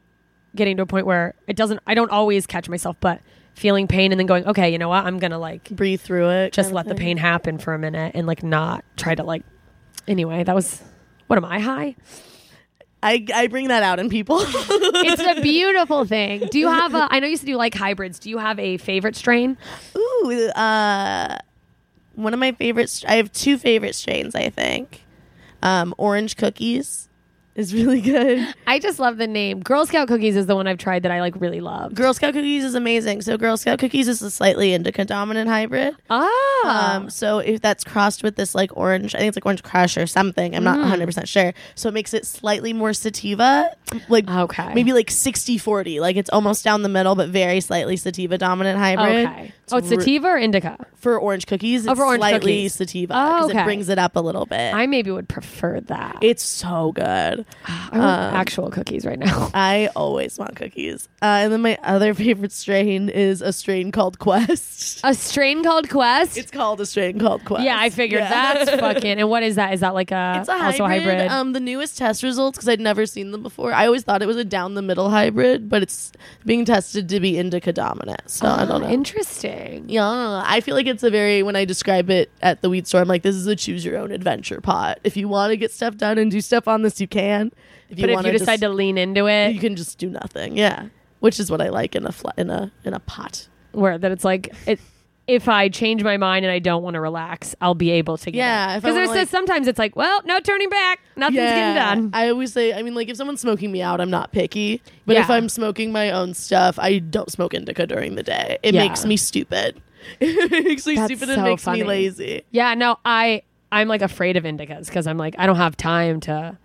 S5: getting to a point where it doesn't I don't always catch myself, but feeling pain and then going, okay, you know what? I'm going to like
S3: breathe through it.
S5: just
S3: kind of
S5: let the
S3: thing.
S5: pain happen for a minute and like not try to like. Anyway, that was. What am I high?
S3: I, I bring that out in people.
S2: it's a beautiful thing.
S5: Do you have a? I know you said you like hybrids. Do you have a favorite strain?
S3: Ooh, uh, one of my favorites. I have two favorite strains. I think um, orange cookies is really good.
S5: I just love the name. Girl Scout cookies is the one I've tried that I like really love.
S3: Girl Scout cookies is amazing. So Girl Scout cookies is a slightly indica dominant hybrid.
S5: Ah,
S3: Um, so if that's crossed with this like orange, I think it's like orange crush or something. I'm not 100 percent sure. So it makes it slightly more sativa, like
S5: Okay.
S3: maybe like 60 40. Like it's almost down the middle, but very slightly sativa dominant hybrid.
S5: okay. oh, it's
S3: re-
S5: sativa or indica.
S3: for orange cookies. It's
S5: for orange
S3: slightly
S5: cookies.
S3: sativa
S5: Oh,
S3: 'cause
S5: okay.
S3: it brings it up a little bit.
S5: I maybe would prefer that.
S3: it's so good.
S5: I want actual cookies right now.
S3: I always want cookies. Uh, and then my other favorite strain is a strain called Quest.
S5: A strain called Quest.
S3: It's called a strain called Quest.
S5: yeah, I figured
S3: Yeah.
S5: that's fucking. And what is that? Is that like a,
S3: It's a hybrid.
S5: also hybrid?
S3: Um, the newest test results because I'd never seen them before. I always thought it was a down the middle hybrid, but it's being tested to be indica dominant. So
S5: Ah,
S3: I don't know.
S5: Interesting.
S3: Yeah, I feel like it's a very when I describe it at the weed store, I'm like, this is a choose your own adventure pot. If you want to get stuff done and do stuff on this, you can. If
S5: But if
S3: wanna
S5: you decide
S3: just-
S5: to lean into it,
S3: you can just do nothing. Yeah, which is what I like in a fla in a in a pot.
S5: where that it's like it, if I change my mind and I don't want to relax, I'll be able to. Get
S3: Yeah, if I
S5: because there's
S3: wanna, like-
S5: this- sometimes it's like, well, no turning back, nothing's getting done.
S3: I always say, I mean, like if someone's smoking me out, I'm not picky. But if
S5: Yeah.
S3: I'm smoking my own stuff, I don't smoke indica during the day. It
S5: Yeah.
S3: makes me stupid. it makes me
S5: That's
S3: stupid.
S5: so
S3: it makes
S5: funny.
S3: me lazy.
S5: Yeah, no, I I'm like afraid of indicas because I'm like I don't have time to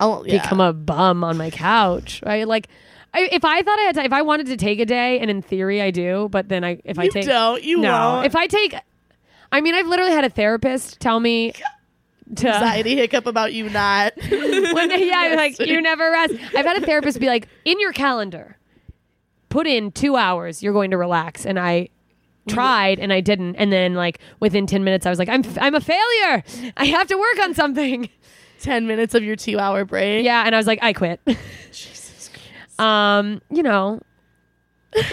S3: I'll Oh, yeah.
S5: become a bum on my couch. Right? Like, I, if I thought I had, to, if I wanted to take a day, and in theory I do, but then I if I
S3: You
S5: take
S3: don't. You
S5: no,
S3: won't.
S5: if I take, I mean, I've literally had a therapist tell me to
S3: anxiety hiccup about you not.
S5: when they, yeah, like you never rest. I've had a therapist be like, in your calendar, put in two hours. You're going to relax, and I tried and I didn't, and then like within ten minutes, I was like, I'm I'm a failure. I have to work on something.
S3: 10 minutes of your two hour break.
S5: Yeah, and I was like, I quit.
S3: Jesus Christ.
S5: Um, you know,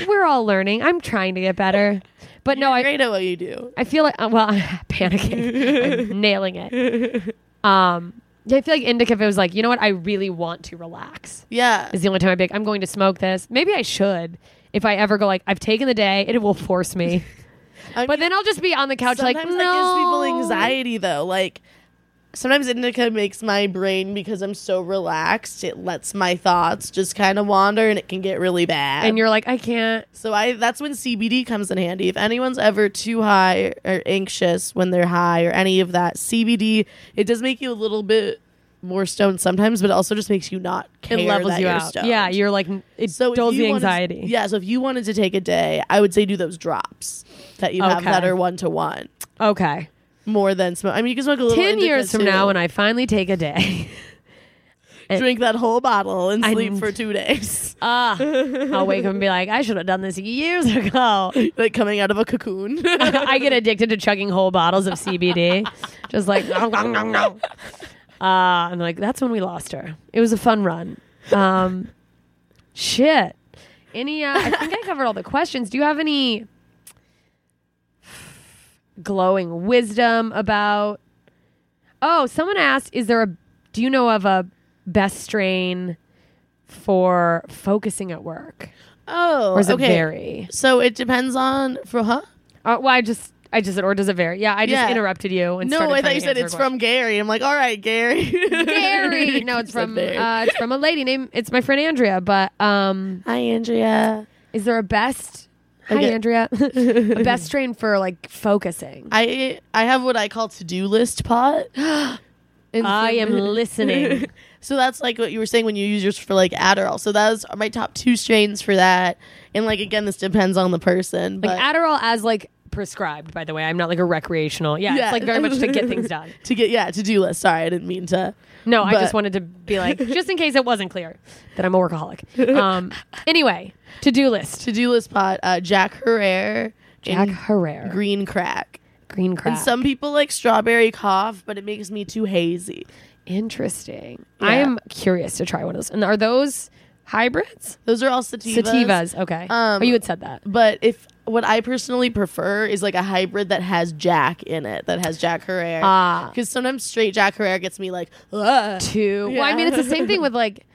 S5: we're all learning. I'm trying to get better, but no, I
S3: Great at what you do.
S5: I feel like uh, well, I'm panicking, I'm nailing it. Um. Yeah, I feel like indica if it was like, you know what, I really want to relax.
S3: Yeah.
S5: is the only time I be like, I'm going to smoke this. Maybe I should. If I ever go like, I've taken the day, it will force me.
S3: I
S5: But
S3: mean,
S5: then I'll just be on the couch like,
S3: sometimes that gives people
S5: "No."
S3: anxiety though. Like sometimes indica makes my brain because I'm so relaxed, it lets my thoughts just kind of wander and it can get really bad.
S5: And you're like, I can't.
S3: so I that's when CBD comes in handy. If anyone's ever too high or anxious when they're high or any of that, CBD it does make you a little bit more stoned sometimes, but it also just makes you not care
S5: It levels
S3: that
S5: you
S3: you're
S5: out.
S3: Stoned.
S5: Yeah, you're like, it
S3: So if
S5: dulls
S3: you
S5: the
S3: wanted-
S5: anxiety.
S3: yeah, so if you wanted to take a day, I would say do those drops that you have
S5: Okay.
S3: that are one to one
S5: Okay.
S3: more than smoke. I mean, you can smoke a little.
S5: Ten
S3: indica
S5: years from
S3: too.
S5: now, when I finally take a day,
S3: drink that whole bottle and
S5: I-
S3: sleep for two days,
S5: ah, I'll wake up and be like, I should have done this years ago.
S3: like coming out of a cocoon.
S5: I get addicted to chugging whole bottles of CBD, just like, nom, nom, nom, nom. Uh, I'm like, that's when we lost her. It was a fun run. Um, shit. Any? Uh, I think I covered all the questions. Do you have any glowing wisdom about? Oh, someone asked, is there a? Do you know of a best strain for focusing at work,
S3: oh,
S5: or is
S3: okay.
S5: it vary?
S3: So it depends on for huh?
S5: Uh, well, I just, I just said, or does it vary? Yeah, I just
S3: Yeah.
S5: interrupted you. And
S3: No,
S5: started
S3: I
S5: trying
S3: thought you
S5: to
S3: said
S5: answer
S3: it's
S5: a question.
S3: from Gary. I'm like, all right, Gary.
S5: Gary. No, it's
S3: Said
S5: from,
S3: Barry.
S5: uh, it's from a lady named. It's my friend Andrea. But um,
S3: Hi, Andrea.
S5: is there a best? Hi,
S3: Okay.
S5: Andrea. a best strain for like focusing.
S3: I I have what I call to do list pot. And
S5: I
S3: so-
S5: am listening.
S3: so that's like what you were saying when you use yours for like Adderall. So those are my top two strains for that. And like again, this depends on the person.
S5: Like
S3: But
S5: Adderall as like prescribed. By the way, I'm not like a recreational. Yeah, it's like very much to get things done.
S3: to get yeah to do list. Sorry, I didn't mean to.
S5: No, I just
S3: But-
S5: wanted to be like, just in case it wasn't clear that I'm a workaholic. Um, anyway, to do list.
S3: To do list pot. Uh, Jack Herrera.
S5: Jack
S3: and
S5: Herrera, green,
S3: Green crack.
S5: crack.
S3: And some people like strawberry cough, but it makes me too hazy.
S5: Interesting.
S3: Yeah.
S5: I am curious to try one of those. And are those Hybrids?
S3: Those are all sativas.
S5: Sativas. Okay.
S3: Um,
S5: oh, you had said that.
S3: But if what I personally prefer is like a hybrid that has Jack in it, that has Jack Herrera.
S5: Ah.
S3: Because sometimes straight Jack Herrera gets me like, Ugh.
S5: Two. Well, I
S3: Yeah.
S5: mean, it's the same thing with like,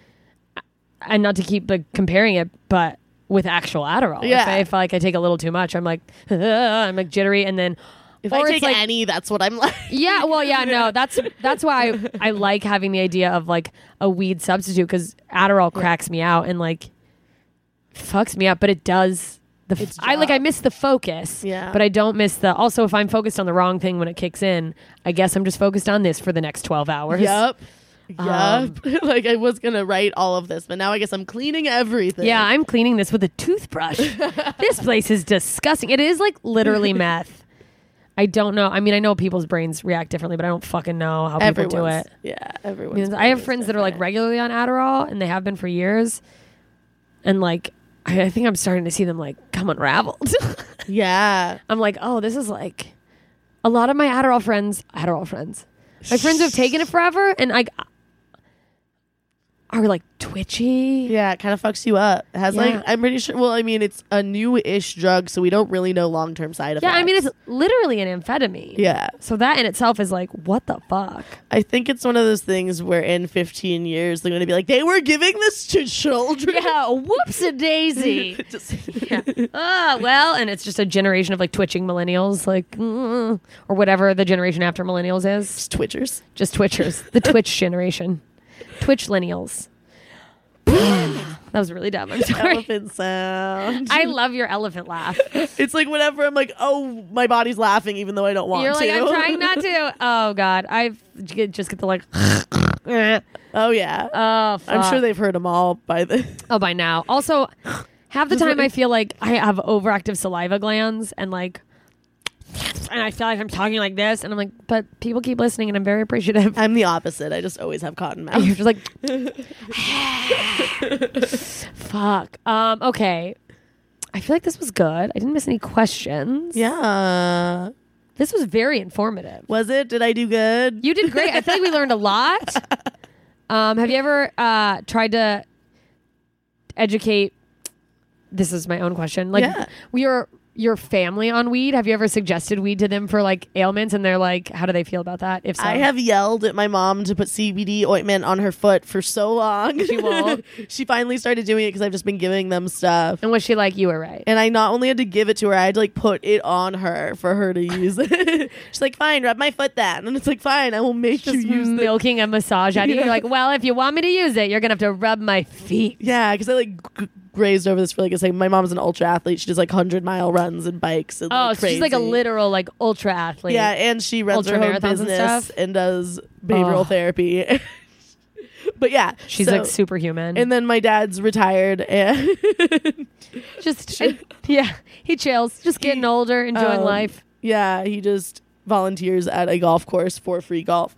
S5: and not to keep like comparing it, but with actual Adderall. If,
S3: Yeah.
S5: I, if like I take a little too much, I'm like, I'm like jittery, and then
S3: if
S5: or
S3: I
S5: it's
S3: take
S5: like-
S3: any, that's what I'm like.
S5: Yeah, well, yeah, no, that's that's why I, I like having the idea of like a weed substitute because Adderall cracks me out and like fucks me up, but it does the f- I like I miss the focus,
S3: Yeah.
S5: but I don't miss the. Also, if I'm focused on the wrong thing when it kicks in, I guess I'm just focused on this for the next twelve hours.
S3: Yep. Yep.
S5: Um,
S3: like I was gonna write all of this, but now I guess I'm cleaning everything.
S5: Yeah, I'm cleaning this with a toothbrush. this place is disgusting. It is like literally meth. I don't know. I mean, I know people's brains react differently, but I don't fucking know how people do
S3: everyone's,
S5: it.
S3: Yeah,
S5: I,
S3: everyone's.
S5: mean, I have
S3: brain
S5: friends
S3: is
S5: that are like
S3: different.
S5: regularly on Adderall, and they have been for years. And like, I, I think I'm starting to see them like come unraveled.
S3: Yeah.
S5: I'm like, oh, this is like a lot of my Adderall friends. Adderall friends, my friends who have taken it forever, and like are like twitchy.
S3: Yeah, it kind of fucks you up. It has
S5: Yeah.
S3: like I'm pretty sure. Well, I mean, it's a new-ish drug, so we don't really know long-term side effects.
S5: Yeah, I mean, it's literally an amphetamine.
S3: yeah.
S5: So that in itself is like, what the fuck?
S3: I think it's one of those things where in 15 years they're going to be like, they were giving this to children.
S5: Yeah, Uh, whoops a daisy.
S3: Just-
S5: oh well and it's just a generation of like twitching millennials like mm, or whatever the generation after millennials is
S3: Just Twitchers.
S5: just twitchers the twitch generation twitch lineals that was really dumb i'm sorry
S3: Elephant sound.
S5: i love your elephant laugh
S3: it's like whenever I'm like, oh, my body's laughing even though I don't want
S5: you're like
S3: to.
S5: i'm trying not to oh god i've j- just get the like oh
S3: oh, yeah.
S5: fuck.
S3: I'm sure they've heard them all by the.
S5: Oh, by now. Also, half the time I feel like I have overactive saliva glands and like, and I feel like I'm talking like this, and I'm like, but people keep listening, and I'm very appreciative.
S3: I'm the opposite. I just always have cotton mouth.
S5: You're just like, fuck. Um, okay. I feel like this was good. I didn't miss any questions.
S3: yeah.
S5: This was very informative.
S3: Was it? Did I do good?
S5: You did great. I feel like we learned a lot. Um, have you ever uh, tried to educate? This is my own question. Like,
S3: Yeah.
S5: your your family on weed. Have you ever suggested weed to them for like ailments, and they're like, how do they feel about that? If so,
S3: I have yelled at my mom to put CBD ointment on her foot for so long. She
S5: won't.
S3: she finally started doing it because I've just been giving them stuff.
S5: And was she like, you were right?
S3: And I not only had to give it to her, I had to like put it on her for her to use it. She's like, fine, rub my foot then. And it's like, fine, I will make
S5: Just
S3: you use the
S5: milking a massage out of you. You're like, well, if you want me to use it, you're gonna have to rub my feet.
S3: Yeah, because I like g- grazed over this for like a second. My mom's an ultra athlete. She does like 100 mile runs and bikes. And,
S5: Oh,
S3: like,
S5: so she's like a
S3: crazy.
S5: literal like ultra athlete.
S3: Yeah, and she runs her own
S5: Ultramarathons and
S3: business and,
S5: stuff?
S3: does behavioral
S5: Oh.
S3: therapy. but yeah,
S5: She's
S3: so-
S5: like superhuman.
S3: And then my dad's retired, and
S5: just yeah, he chills, just getting older, enjoying
S3: Um,
S5: life.
S3: yeah, he just volunteers at a golf course for free golf.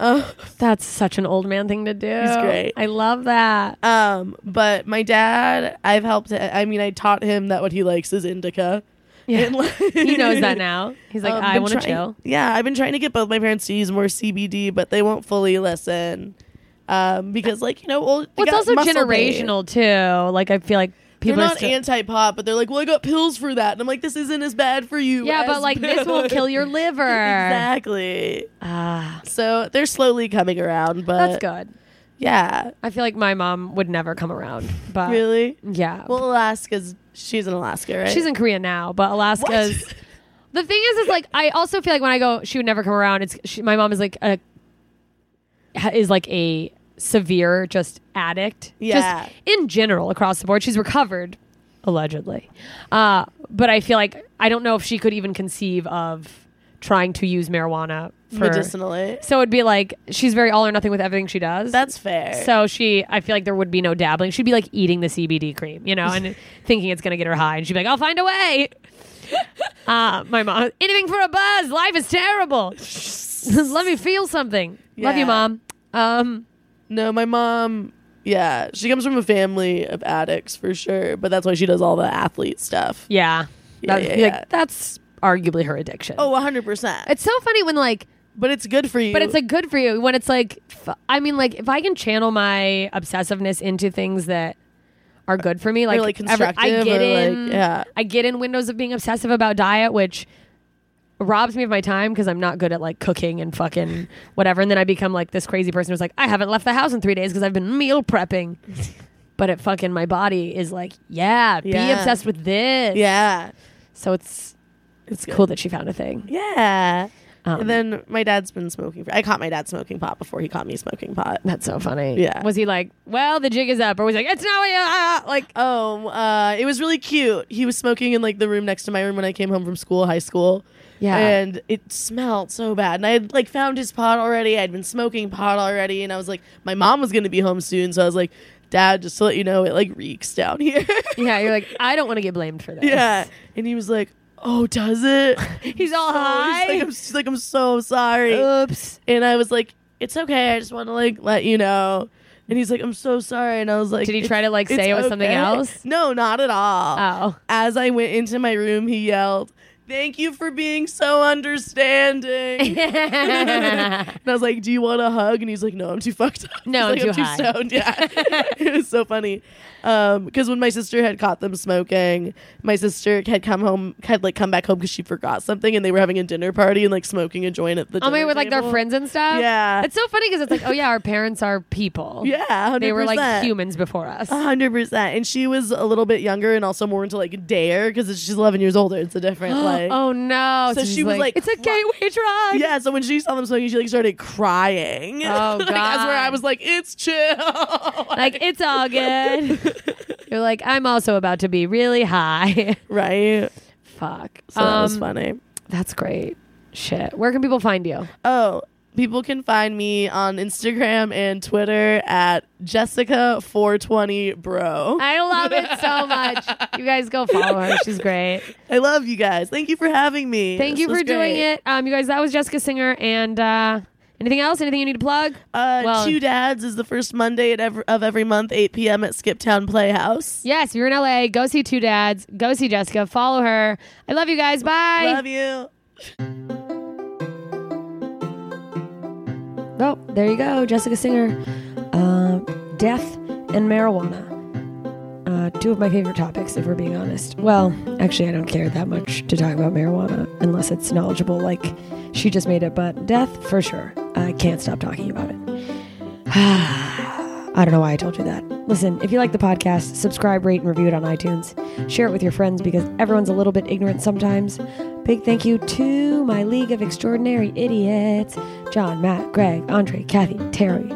S3: Uh,
S5: That's such an old man thing to do.
S3: He's great.
S5: I love that.
S3: Um, but my dad, I've helped. I mean, I taught him that what he likes is indica.
S5: Yeah.
S3: And, like-
S5: he knows that now. He's like,
S3: Um,
S5: I
S3: been
S5: want to
S3: trying-
S5: chill.
S3: Yeah, I've been trying to get both my parents to use more CBD, but they won't fully listen. Um, because like you know, old they
S5: Well, it's
S3: got
S5: also
S3: muscle pain.
S5: generational too. Like I feel like
S3: They're
S5: people are
S3: not
S5: still-
S3: anti-pop, but they're like, "Well, I got pills for that," and I'm like, "This isn't as bad for you."
S5: yeah, but
S3: as
S5: like this will
S3: pills."
S5: kill your liver.
S3: exactly.
S5: Ah,
S3: So they're slowly coming around, but
S5: that's good. Uh,
S3: Yeah,
S5: I feel like my mom would never come around, but
S3: really.
S5: yeah.
S3: Well, Alaska's she's in Alaska, right?
S5: mm. She's in Korea now, but Alaska's. The thing is, is like I also feel like when I go, she would never come around. It's she, my mom is like a ha- is like a severe just addict.
S3: Yeah.
S5: just in general across the board, she's recovered allegedly, uh, but I feel like I don't know if she could even conceive of trying to use marijuana for
S3: medicinally.
S5: So it'd be like she's very all or nothing with everything she does.
S3: That's fair.
S5: So she, I feel like there would be no dabbling. She'd be like eating the CBD cream, you know, and thinking it's gonna get her high, and she'd be like, "I'll find a way." Uh, my mom, anything for a buzz. Life is terrible. Let me feel something. Love
S3: Yeah.
S5: you, mom. Um,
S3: No, my mom, yeah, she comes from a family of addicts for sure, but that's why she does all the athlete stuff.
S5: yeah,
S3: Yeah,
S5: That-
S3: yeah,
S5: like,
S3: yeah.
S5: that's arguably her addiction.
S3: Oh, 100%.
S5: it's so funny when like
S3: but it's good for you.
S5: But it's like good for you when it's like, f- I mean, like if I can channel my obsessiveness into things that are good for me. Like,
S3: like,
S5: every- I
S3: constructive
S5: get
S3: or, like,
S5: in,
S3: yeah.
S5: I get in windows of being obsessive about diet, which robs me of my time because I'm not good at like cooking and fucking whatever. And then I become like this crazy person who's like, I haven't left the house in three days because I've been meal prepping. But it fucking my body is like, yeah, be
S3: Yeah.
S5: obsessed with this.
S3: Yeah.
S5: So it's
S3: It's
S5: cool that she found a thing.
S3: Yeah.
S5: Um,
S3: and then my dad's been smoking. For, I caught my dad smoking pot before he caught me smoking pot.
S5: That's so funny.
S3: Yeah.
S5: Was he like, well, the jig is up, or was he like, it's not what you ah, like?
S3: Oh, uh, it was really cute. He was smoking in like the room next to my room when I came home from school, high school.
S5: Yeah.
S3: And it smelled so bad. And I had like found his pot already. I'd been smoking pot already. And I was like, my mom was going to be home soon. So I was like, Dad, just to let you know, it like reeks down here.
S5: yeah. You're like, I don't want to get blamed for this.
S3: yeah. And he was like, Oh, does it?
S5: He's all high.
S3: He's like, I'm, she's like, I'm so sorry.
S5: Oops.
S3: and I was like, "It's okay. I just want to like let you know." And he's like, "I'm so sorry." And I was like,
S5: Did he
S3: "It's-
S5: try to, like,
S3: it's
S5: say it was something
S3: okay."
S5: else?
S3: No, not at all.
S5: Oh.
S3: As I went into my room, he yelled, "Thank you for being so understanding."
S5: yeah.
S3: and I was like, "Do you want a hug?" And he's like, "No, I'm too fucked up.
S5: No,
S3: He's
S5: I'm
S3: like,
S5: too high."
S3: stoned." Yeah, it was so funny. Um, because when my sister had caught them smoking, my sister had come home, had like come back home because she forgot something, and they were having a dinner party and like smoking a joint at the.
S5: Oh, maybe
S3: dinner
S5: with like their
S3: table.
S5: friends and stuff.
S3: Yeah.
S5: It's so funny because it's like, oh yeah, our parents are people.
S3: Yeah, 100%.
S5: They were like humans before us.
S3: A hundred percent, and she was a little bit younger and also more into like Dare because she's eleven years older. It's a different like.
S5: oh no.
S3: So
S5: she's
S3: she was like,
S5: it's a
S3: "What?"
S5: gateway drug.
S3: Yeah, so when she saw them smoking, she like started crying.
S5: Oh,
S3: like, That's where I
S5: God.
S3: was like, "It's chill."
S5: Like it's all good. You're like, I'm also about to be really high.
S3: right.
S5: Fuck.
S3: So that was
S5: Um,
S3: funny.
S5: That's great. Shit. Where can people find you?
S3: Oh, people can find me on Instagram and Twitter at Jessica four twenty bro.
S5: I love it so much. You guys go follow her. She's great.
S3: I love you guys. Thank you for having me.
S5: Thank
S3: This
S5: you
S3: was
S5: for doing
S3: great.
S5: it. Um, you guys, that was Jessica Singer. And uh, anything else? Anything you need to plug?
S3: Uh,
S5: Well-
S3: Two Dads is the first Monday at ev- of every month, 8 p.m. at Skiptown Playhouse.
S5: Yes, if you're in LA, go see Two Dads. Go see Jessica. Follow her. I love you guys. Bye.
S3: Love you.
S2: Oh, there you go, Jessica Singer. Uh, death and marijuana. Uh, two of my favorite topics, if we're being honest. Well, actually, I don't care that much to talk about marijuana unless it's knowledgeable, like she just made it, but death, for sure. I can't stop talking about it. I don't know why I told you that. Listen, if you like the podcast, subscribe, rate, and review it on iTunes. Share it with your friends because everyone's a little bit ignorant sometimes. Big thank you to my League of Extraordinary Idiots John, Matt, Greg, Andre, Kathy, Terry.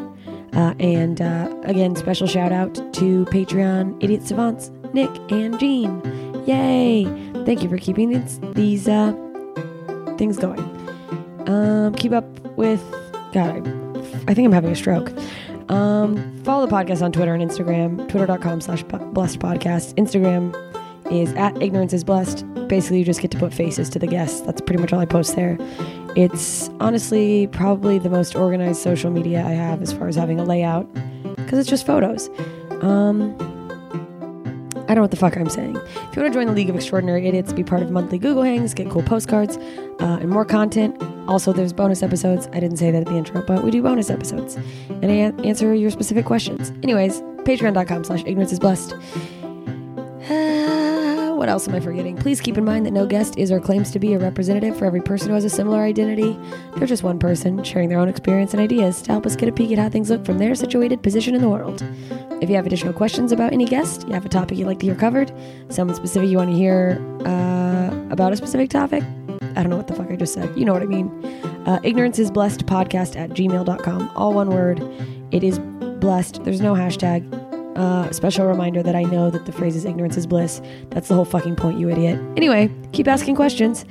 S2: Uh, and uh, again, special shout out to Patreon Idiot Savants, Nick, and Jean. Yay! Thank you for keeping these, these uh, things going. Um, keep up with. God, I, I think I'm having a stroke. Um, follow the podcast on Twitter and Instagram, twitter.com slash po- blessed podcast. Instagram is at ignorance is blessed. Basically, you just get to put faces to the guests. That's pretty much all I post there. It's honestly probably the most organized social media I have as far as having a layout because it's just photos. Um, I don't know what the fuck I'm saying. If you want to join the League of Extraordinary Idiots, be part of monthly Google Hangs, get cool postcards, uh, and more content. Also, there's bonus episodes. I didn't say that at the intro, but we do bonus episodes and an- answer your specific questions. Anyways, patreon.com slash ignorance is blessed. Ah, what else am I forgetting? Please keep in mind that no guest is or claims to be a representative for every person who has a similar identity. They're just one person sharing their own experience and ideas to help us get a peek at how things look from their situated position in the world. If you have additional questions about any guest, you have a topic you'd like to hear covered, someone specific you want to hear uh, about a specific topic, I don't know what the fuck I just said. You know what I mean. Uh, ignorance is blessed podcast at gmail.com. All one word. It is blessed. There's no hashtag. Uh, special reminder that I know that the phrase is ignorance is bliss. That's the whole fucking point, you idiot. Anyway, keep asking questions.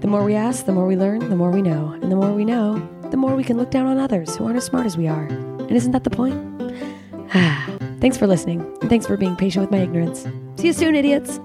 S2: The more we ask, the more we learn, the more we know. And the more we know, the more we can look down on others who aren't as smart as we are. And isn't that the point? thanks for listening. And thanks for being patient with my ignorance. See you soon, idiots.